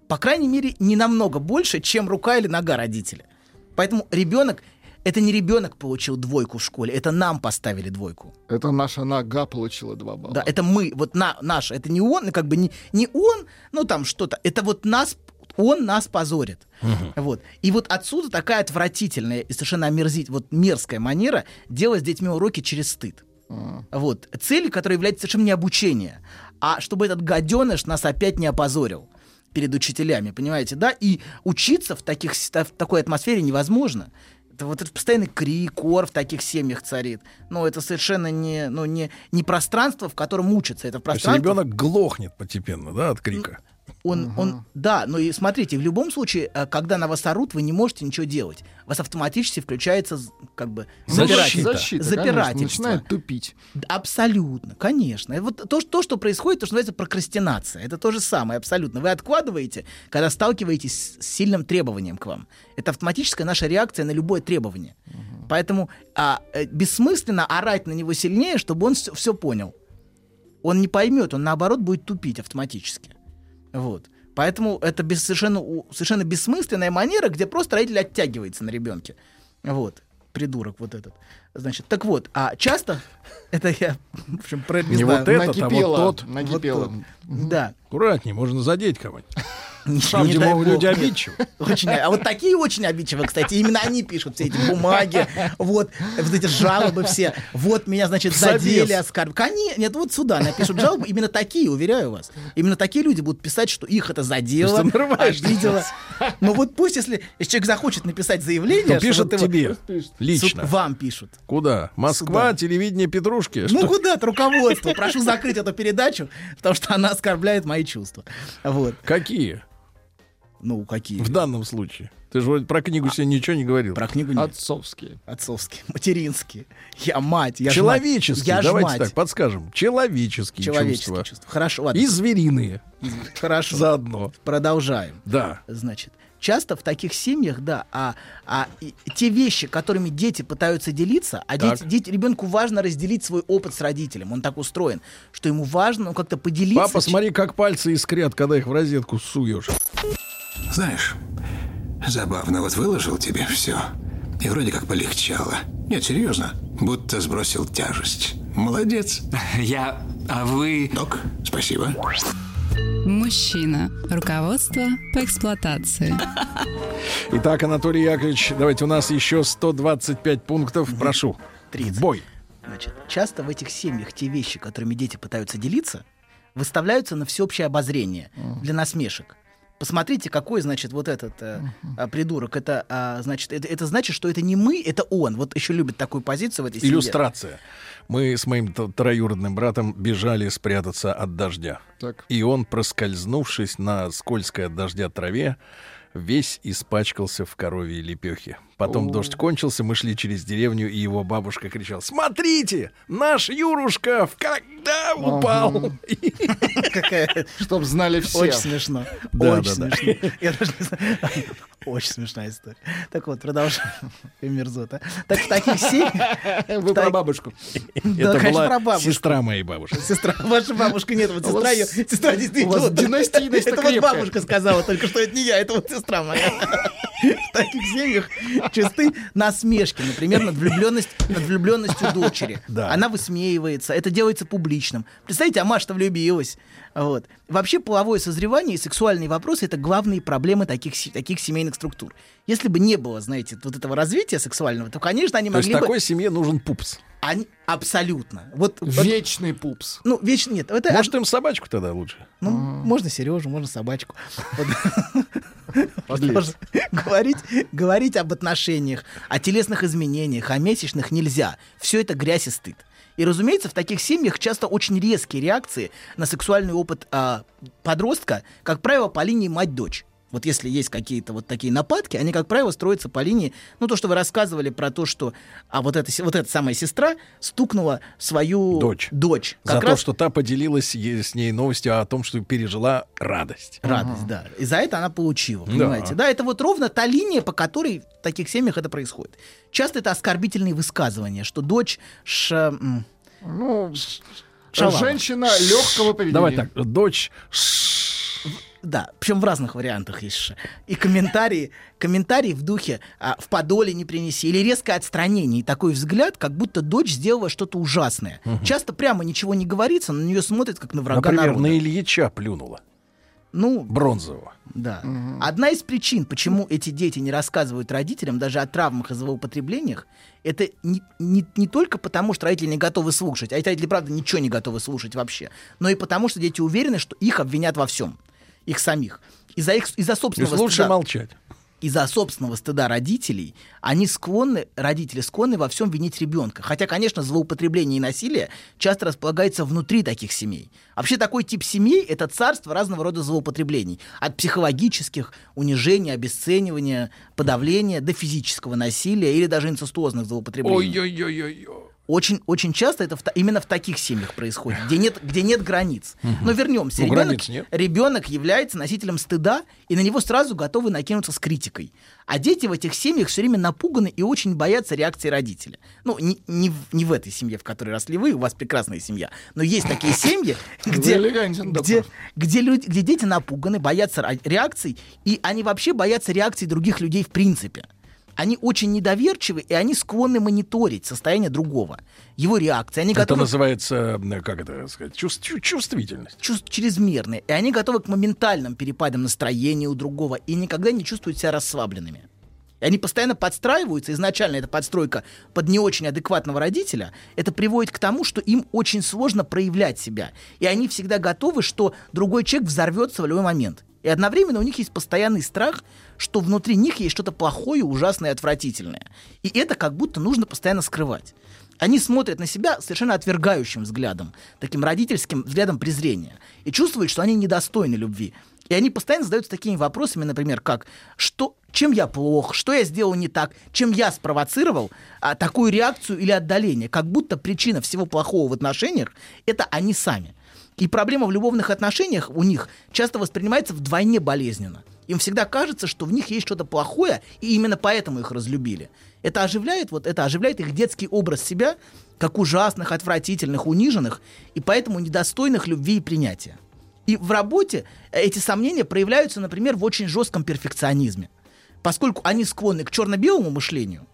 [SPEAKER 6] по крайней мере, не намного больше, чем рука или нога родителя. Поэтому ребенок, это не ребенок получил двойку в школе, это нам поставили двойку.
[SPEAKER 7] Это наша нога получила два балла.
[SPEAKER 6] Да, это мы, вот на, наш, это не он, ну, как бы не, не он, ну там что-то, это вот нас, он нас позорит. Вот. И вот отсюда такая отвратительная и совершенно омерзить, вот мерзкая манера делать с детьми уроки через стыд.
[SPEAKER 7] А.
[SPEAKER 5] Ну,
[SPEAKER 6] Вот. Цель, которая является совершенно не обучение, а чтобы этот гаденыш нас опять не опозорил перед учителями, понимаете, да? И учиться в, таких, с- в такой атмосфере невозможно. Это вот этот постоянный крик, ор в таких семьях царит. Но это совершенно не, ну, не, не пространство, в котором учатся. Это
[SPEAKER 5] То есть
[SPEAKER 6] пространство,
[SPEAKER 5] ребенок глохнет постепенно, да, от крика.
[SPEAKER 6] он, он, да, но и смотрите, в любом случае, э, когда на вас орут, вы не можете ничего делать. У вас автоматически включается, з- как бы,
[SPEAKER 5] Защита.
[SPEAKER 7] Защита, конечно,
[SPEAKER 6] Запирательство.
[SPEAKER 7] начинает тупить.
[SPEAKER 6] Да, Абсолютно, конечно. И Вот то, что- то, что происходит, то, что называется прокрастинация. Это то же самое, абсолютно. Вы откладываете, когда сталкиваетесь с сильным требованием к вам. Это автоматическая наша реакция на любое требование. Поэтому а, э, бессмысленно орать на него сильнее, чтобы он все, понял. Он не поймет, он наоборот будет тупить автоматически. Вот. Поэтому это бес- совершенно, у- совершенно бессмысленная манера, где просто родитель оттягивается на ребенке. Вот. Придурок вот этот. Значит, так вот, а часто *laughs* это я, в общем, про это не
[SPEAKER 5] Не
[SPEAKER 6] знаю.
[SPEAKER 5] вот этот, а вот
[SPEAKER 7] накипело,
[SPEAKER 5] тот.
[SPEAKER 7] накипело.
[SPEAKER 6] Да.
[SPEAKER 5] Аккуратнее, можно задеть кого-нибудь.
[SPEAKER 6] Ничего не
[SPEAKER 5] Люди,
[SPEAKER 6] дай
[SPEAKER 5] могут-
[SPEAKER 6] бог.
[SPEAKER 5] люди обидчивы.
[SPEAKER 6] Очень, а вот такие очень обидчивые, кстати. Именно они пишут все эти бумаги, вот, вот эти жалобы все. Вот меня, значит,
[SPEAKER 5] Собес.
[SPEAKER 6] задели, оскорбили. Конечно, нет, вот сюда напишут жалобы. Именно такие, уверяю вас. Именно такие люди будут писать, что их это задело,
[SPEAKER 5] Ты что, нарываешься
[SPEAKER 6] обидело. Но вот пусть, если если человек захочет написать заявление...
[SPEAKER 5] Кто
[SPEAKER 6] что
[SPEAKER 5] пишет
[SPEAKER 6] вот его-
[SPEAKER 5] Ну, тебе
[SPEAKER 6] Суд-
[SPEAKER 5] лично.
[SPEAKER 6] Вам пишут.
[SPEAKER 5] Куда? Москва,
[SPEAKER 6] Сюда.
[SPEAKER 5] телевидение Петрушки.
[SPEAKER 6] Ну
[SPEAKER 5] Что?
[SPEAKER 6] куда от руководства? Прошу закрыть эту передачу, потому что она оскорбляет мои чувства. Вот.
[SPEAKER 5] Какие?
[SPEAKER 6] Ну, какие?
[SPEAKER 5] В данном случае. Ты же вроде про книгу сегодня ничего не говорил.
[SPEAKER 6] Про книгу нет.
[SPEAKER 7] Отцовские.
[SPEAKER 6] Отцовские, *laughs* материнские. Я мать, я ж
[SPEAKER 5] Человеческие.
[SPEAKER 6] мать. Я ж
[SPEAKER 5] Давайте
[SPEAKER 6] мать.
[SPEAKER 5] так, подскажем. Человеческие,
[SPEAKER 6] Человеческие чувства.
[SPEAKER 5] чувства.
[SPEAKER 6] Хорошо, ладно.
[SPEAKER 5] И звериные.
[SPEAKER 6] Хорошо.
[SPEAKER 5] Заодно.
[SPEAKER 6] Продолжаем.
[SPEAKER 5] Да.
[SPEAKER 6] Значит, часто в таких семьях, да, а, а и те вещи, которыми дети пытаются делиться, а дети,
[SPEAKER 5] Так.
[SPEAKER 6] дети- ребенку важно разделить свой опыт с родителем. Он так устроен, что ему важно ну, как-то поделиться.
[SPEAKER 5] Папа, смотри, как пальцы искрят, когда их в розетку суешь.
[SPEAKER 3] Знаешь, забавно, вот выложил тебе все. И вроде как полегчало. Нет, серьезно, будто сбросил тяжесть. Молодец.
[SPEAKER 1] *laughs* Я... А вы...
[SPEAKER 3] Док, спасибо.
[SPEAKER 4] Мужчина. Руководство по эксплуатации.
[SPEAKER 5] Итак, Анатолий Яковлевич, давайте у нас еще 125 пунктов. Прошу.
[SPEAKER 6] 30.
[SPEAKER 5] Бой.
[SPEAKER 6] Значит, часто в этих семьях те вещи, которыми дети пытаются делиться, выставляются на всеобщее обозрение для насмешек. Посмотрите, какой, значит, вот этот э, а, придурок. Это, а, значит, это, это значит, что это не мы, это он. Вот еще любит такую позицию в этой семье.
[SPEAKER 5] Иллюстрация. Мы с моим т- троюродным братом бежали спрятаться от дождя.
[SPEAKER 7] Так.
[SPEAKER 5] И он, проскользнувшись на скользкой от дождя траве, весь испачкался в коровьей лепехе. Потом дождь кончился, мы шли через деревню, и его бабушка кричала, «Смотрите, наш Юрушка в когда *laughs* упал!»
[SPEAKER 6] Какая-
[SPEAKER 7] Чтоб знали все.
[SPEAKER 6] Очень смешно.
[SPEAKER 5] Да,
[SPEAKER 6] Очень
[SPEAKER 5] да, да.
[SPEAKER 6] смешно. Я даже не знаю. *laughs* Очень смешная история. Так вот, продолжаем. *laughs* Мерзота. Так в таких семьях...
[SPEAKER 7] Вы про
[SPEAKER 6] Так.
[SPEAKER 7] бабушку.
[SPEAKER 6] Да,
[SPEAKER 5] Это
[SPEAKER 6] конечно,
[SPEAKER 5] была
[SPEAKER 6] про бабушку.
[SPEAKER 5] сестра моей бабушки.
[SPEAKER 6] Сестра, *laughs* ваша бабушка нет, вот
[SPEAKER 7] У
[SPEAKER 6] сестра
[SPEAKER 7] вас-
[SPEAKER 6] ее, сестра действительно.
[SPEAKER 7] у вас
[SPEAKER 6] вот- *laughs*
[SPEAKER 7] династийность-то
[SPEAKER 6] Это вот
[SPEAKER 7] крепкая.
[SPEAKER 6] бабушка сказала только, что это не я, это вот сестра моя. В таких семьях чисты насмешки, например, над, влюбленность, над влюбленностью дочери.
[SPEAKER 5] Да.
[SPEAKER 6] Она высмеивается, это делается публичным. Представьте, а Маша-то влюбилась. Вот. Вообще половое созревание и сексуальные вопросы — это главные проблемы таких, се- таких семейных структур. Если бы не было, знаете, вот этого развития сексуального, то, конечно, они
[SPEAKER 5] То есть
[SPEAKER 6] могли бы...
[SPEAKER 5] такой семье нужен пупс.
[SPEAKER 6] Они... Абсолютно. Вот, вот-
[SPEAKER 7] Вечный пупс.
[SPEAKER 6] ну, вечно нет. Это
[SPEAKER 5] Может, им собачку тогда лучше?
[SPEAKER 6] ну, можно Сережу,
[SPEAKER 5] *laughs*
[SPEAKER 6] можно собачку. Вот.
[SPEAKER 7] Подлец.
[SPEAKER 6] Тоже Говорить, говорить об отношениях, о телесных изменениях, о месячных нельзя. Все это грязь и стыд. И, разумеется, в таких семьях часто очень резкие реакции на сексуальный опыт а, подростка, как правило, по линии мать-дочь. Вот если есть какие-то вот такие нападки, они, как правило, строятся по линии, ну, то, что вы рассказывали про то, что а вот эта, се- вот эта самая сестра стукнула свою
[SPEAKER 5] Дочь.
[SPEAKER 6] дочь.
[SPEAKER 5] За
[SPEAKER 6] Как
[SPEAKER 5] то,
[SPEAKER 6] раз-
[SPEAKER 5] что та поделилась е- с ней новостью о том, что пережила радость.
[SPEAKER 6] радость, да. И за это она получила,
[SPEAKER 5] Да.
[SPEAKER 6] понимаете? Да. это вот ровно та линия, по которой в таких семьях это происходит. Часто это оскорбительные высказывания, что дочь ш- м,
[SPEAKER 7] Ну,
[SPEAKER 6] Шалава.
[SPEAKER 7] женщина легкого поведения.
[SPEAKER 5] Давай так, дочь...
[SPEAKER 6] Да, причем в разных вариантах есть. ш. И комментарии, комментарии в духе а, «в подоле не принеси» или резкое отстранение. И такой взгляд, как будто дочь сделала что-то ужасное. Часто прямо ничего не говорится, на нее смотрят, как на врага
[SPEAKER 5] Например,
[SPEAKER 6] народа.
[SPEAKER 5] на Ильича плюнула.
[SPEAKER 6] Ну,
[SPEAKER 5] Бронзового.
[SPEAKER 6] Да. Одна из причин, почему эти дети не рассказывают родителям даже о травмах и злоупотреблениях, это не, не- не только потому, что родители не готовы слушать, а эти родители, правда, ничего не готовы слушать вообще, но и потому, что дети уверены, что их обвинят во всем, их самих. Из-за их, из-за
[SPEAKER 5] То есть
[SPEAKER 6] собственного
[SPEAKER 5] лучше
[SPEAKER 6] стыда-
[SPEAKER 5] молчать.
[SPEAKER 6] из-за собственного стыда родителей, они склонны, родители склонны во всем винить ребенка. Хотя, конечно, злоупотребление и насилие часто располагается внутри таких семей. Вообще такой тип семей – это царство разного рода злоупотреблений. От психологических, унижения, обесценивания, подавления до физического насилия или даже инцестуозных злоупотреблений.
[SPEAKER 5] Ой-ой-ой-ой.
[SPEAKER 6] Очень, очень часто это в та- именно в таких семьях происходит, где нет, где нет границ. Но вернемся.
[SPEAKER 5] Ну,
[SPEAKER 6] ребенок,
[SPEAKER 5] границ нет.
[SPEAKER 6] ребенок является носителем стыда, и на него сразу готовы накинуться с критикой. А дети в этих семьях все время напуганы и очень боятся реакции родителя. Ну, не, не в, не в этой семье, в которой росли вы, у вас прекрасная семья. Но есть такие семьи, где,
[SPEAKER 7] элегантен, доктор.
[SPEAKER 6] где, где, люди, где дети напуганы, боятся ра- реакций, и они вообще боятся реакций других людей в принципе. они очень недоверчивы, и они склонны мониторить состояние другого, его реакции. Они
[SPEAKER 5] Это
[SPEAKER 6] готовы
[SPEAKER 5] называется, м, как это сказать, чувс- чу- чувствительность.
[SPEAKER 6] чувств чрезмерны, и они готовы к моментальным перепадам настроения у другого и никогда не чувствуют себя расслабленными. И они постоянно подстраиваются, изначально эта подстройка под не очень адекватного родителя, это приводит к тому, что им очень сложно проявлять себя. И они всегда готовы, что другой человек взорвется в любой момент. И одновременно у них есть постоянный страх, что внутри них есть что-то плохое, ужасное и отвратительное. И это как будто нужно постоянно скрывать. Они смотрят на себя совершенно отвергающим взглядом, таким родительским взглядом презрения, и чувствуют, что они недостойны любви. И они постоянно задаются такими вопросами, например, как что, чем я плох, что я сделал не так, чем я спровоцировал а, такую реакцию или отдаление, как будто причина всего плохого в отношениях это они сами. И проблема в любовных отношениях у них часто воспринимается вдвойне болезненно. Им всегда кажется, что в них есть что-то плохое, и именно поэтому их разлюбили. Это оживляет, вот это оживляет их детский образ себя, как ужасных, отвратительных, униженных, и поэтому недостойных любви и принятия. И в работе эти сомнения проявляются, например, в очень жестком перфекционизме. Поскольку они склонны к черно-белому мышлению,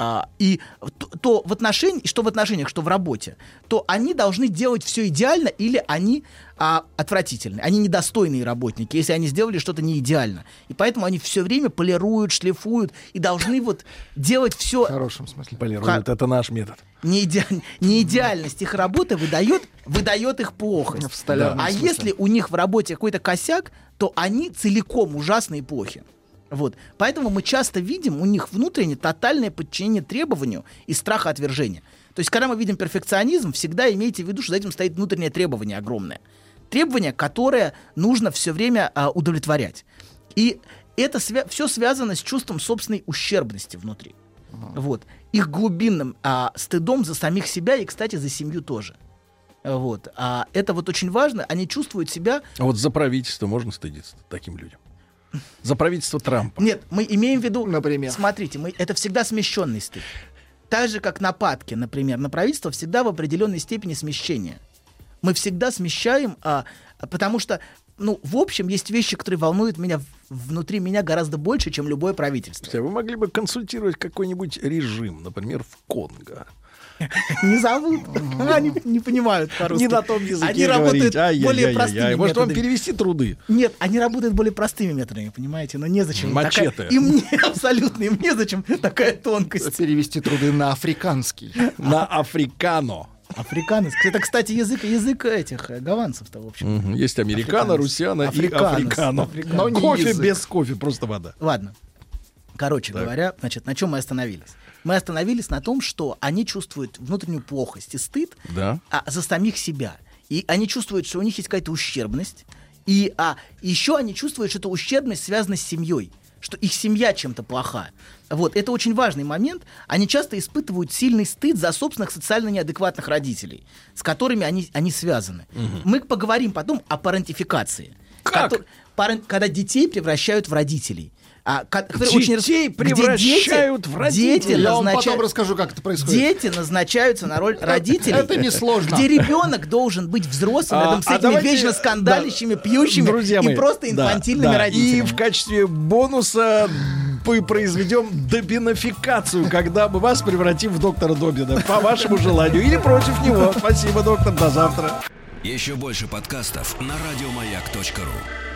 [SPEAKER 6] а, и то, то в отношениях, что в отношениях, что в работе, то они должны делать все идеально или они а, отвратительны, они недостойные работники, если они сделали что-то не идеально. И поэтому они все время полируют, шлифуют и должны вот делать все
[SPEAKER 7] В хорошем смысле.
[SPEAKER 5] Полирует, это наш метод.
[SPEAKER 6] неидеальность их работы выдает, выдает их плохость.
[SPEAKER 7] ну, В столярном
[SPEAKER 6] А
[SPEAKER 7] смысле.
[SPEAKER 6] если у них в работе какой-то косяк, то они целиком ужасные плохи. Вот. Поэтому мы часто видим у них внутренне тотальное подчинение требованию и страха отвержения. То есть, когда мы видим перфекционизм, всегда имейте в виду, что за этим стоит внутреннее требование огромное. Требование, которое нужно все время а, удовлетворять. И это все связано с чувством собственной ущербности внутри. Вот. Их глубинным а, стыдом за самих себя и, кстати, за семью тоже. Вот. А это вот очень важно. Они чувствуют себя...
[SPEAKER 5] А вот за правительство можно стыдиться таким людям? За правительство Трампа.
[SPEAKER 6] Нет, мы имеем в виду...
[SPEAKER 7] Например.
[SPEAKER 6] Смотрите, мы... это всегда смещенный стыд. Так же, как нападки, например, на правительство всегда в определенной степени смещение. Мы всегда смещаем, а, потому что, ну, в общем, есть вещи, которые волнуют меня в- внутри меня гораздо больше, чем любое правительство.
[SPEAKER 5] а Вы могли бы консультировать какой-нибудь режим, например, в Конго.
[SPEAKER 6] Не зовут. Они не понимают по-русски. Они работают более простыми
[SPEAKER 5] Может, вам
[SPEAKER 6] методами.
[SPEAKER 5] перевести труды?
[SPEAKER 6] Нет, они работают более простыми методами, понимаете? Но незачем. им
[SPEAKER 5] Мачете.
[SPEAKER 6] такая- Им не, абсолютно, им незачем такая тонкость.
[SPEAKER 7] Перевести труды на африканский.
[SPEAKER 5] На африкано.
[SPEAKER 6] Африканец. Это, кстати, язык, язык этих э, гаванцев-то, в общем.
[SPEAKER 5] Мгм. Есть американо,
[SPEAKER 6] Африканос.
[SPEAKER 5] русяно и
[SPEAKER 7] Африканос.
[SPEAKER 5] африкано.
[SPEAKER 7] Африканос. Но не
[SPEAKER 5] Кофе
[SPEAKER 7] язык.
[SPEAKER 5] без кофе, просто вода.
[SPEAKER 6] Ладно. Короче говоря, значит, на чем мы остановились? Мы остановились на том, что они чувствуют внутреннюю плохость и стыд
[SPEAKER 5] Да.
[SPEAKER 6] а, за самих себя. И они чувствуют, что у них есть какая-то ущербность. И а, еще они чувствуют, что эта ущербность связана с семьей, что их семья чем-то плоха. Вот, это очень важный момент. Они часто испытывают сильный стыд за собственных социально неадекватных родителей, с которыми они, они связаны. Мы поговорим потом о парентификации.
[SPEAKER 5] Как?
[SPEAKER 6] Кото- парен- когда детей превращают в родителей. А, ко- которые очень рас-
[SPEAKER 5] Детей
[SPEAKER 6] где дети-
[SPEAKER 5] превращают в родителей.
[SPEAKER 6] Дети
[SPEAKER 7] Я вам потом
[SPEAKER 6] назначают-
[SPEAKER 7] расскажу, как это происходит.
[SPEAKER 6] Дети назначаются на роль родителей.
[SPEAKER 7] это несложно.
[SPEAKER 6] Где ребенок должен быть взрослым рядом с
[SPEAKER 5] А, а
[SPEAKER 6] этими
[SPEAKER 5] давайте-
[SPEAKER 6] вечно скандалящими, пьющими
[SPEAKER 5] Друзья
[SPEAKER 6] и
[SPEAKER 5] мои,
[SPEAKER 6] просто
[SPEAKER 5] да,
[SPEAKER 6] инфантильными
[SPEAKER 5] да. И
[SPEAKER 6] родителями.
[SPEAKER 5] в качестве бонуса мы произведем добинофикацию, когда мы вас превратим в доктора Добина, по вашему желанию или против него. Спасибо, доктор, до завтра.
[SPEAKER 8] Еще больше подкастов на радиомаяк.ру.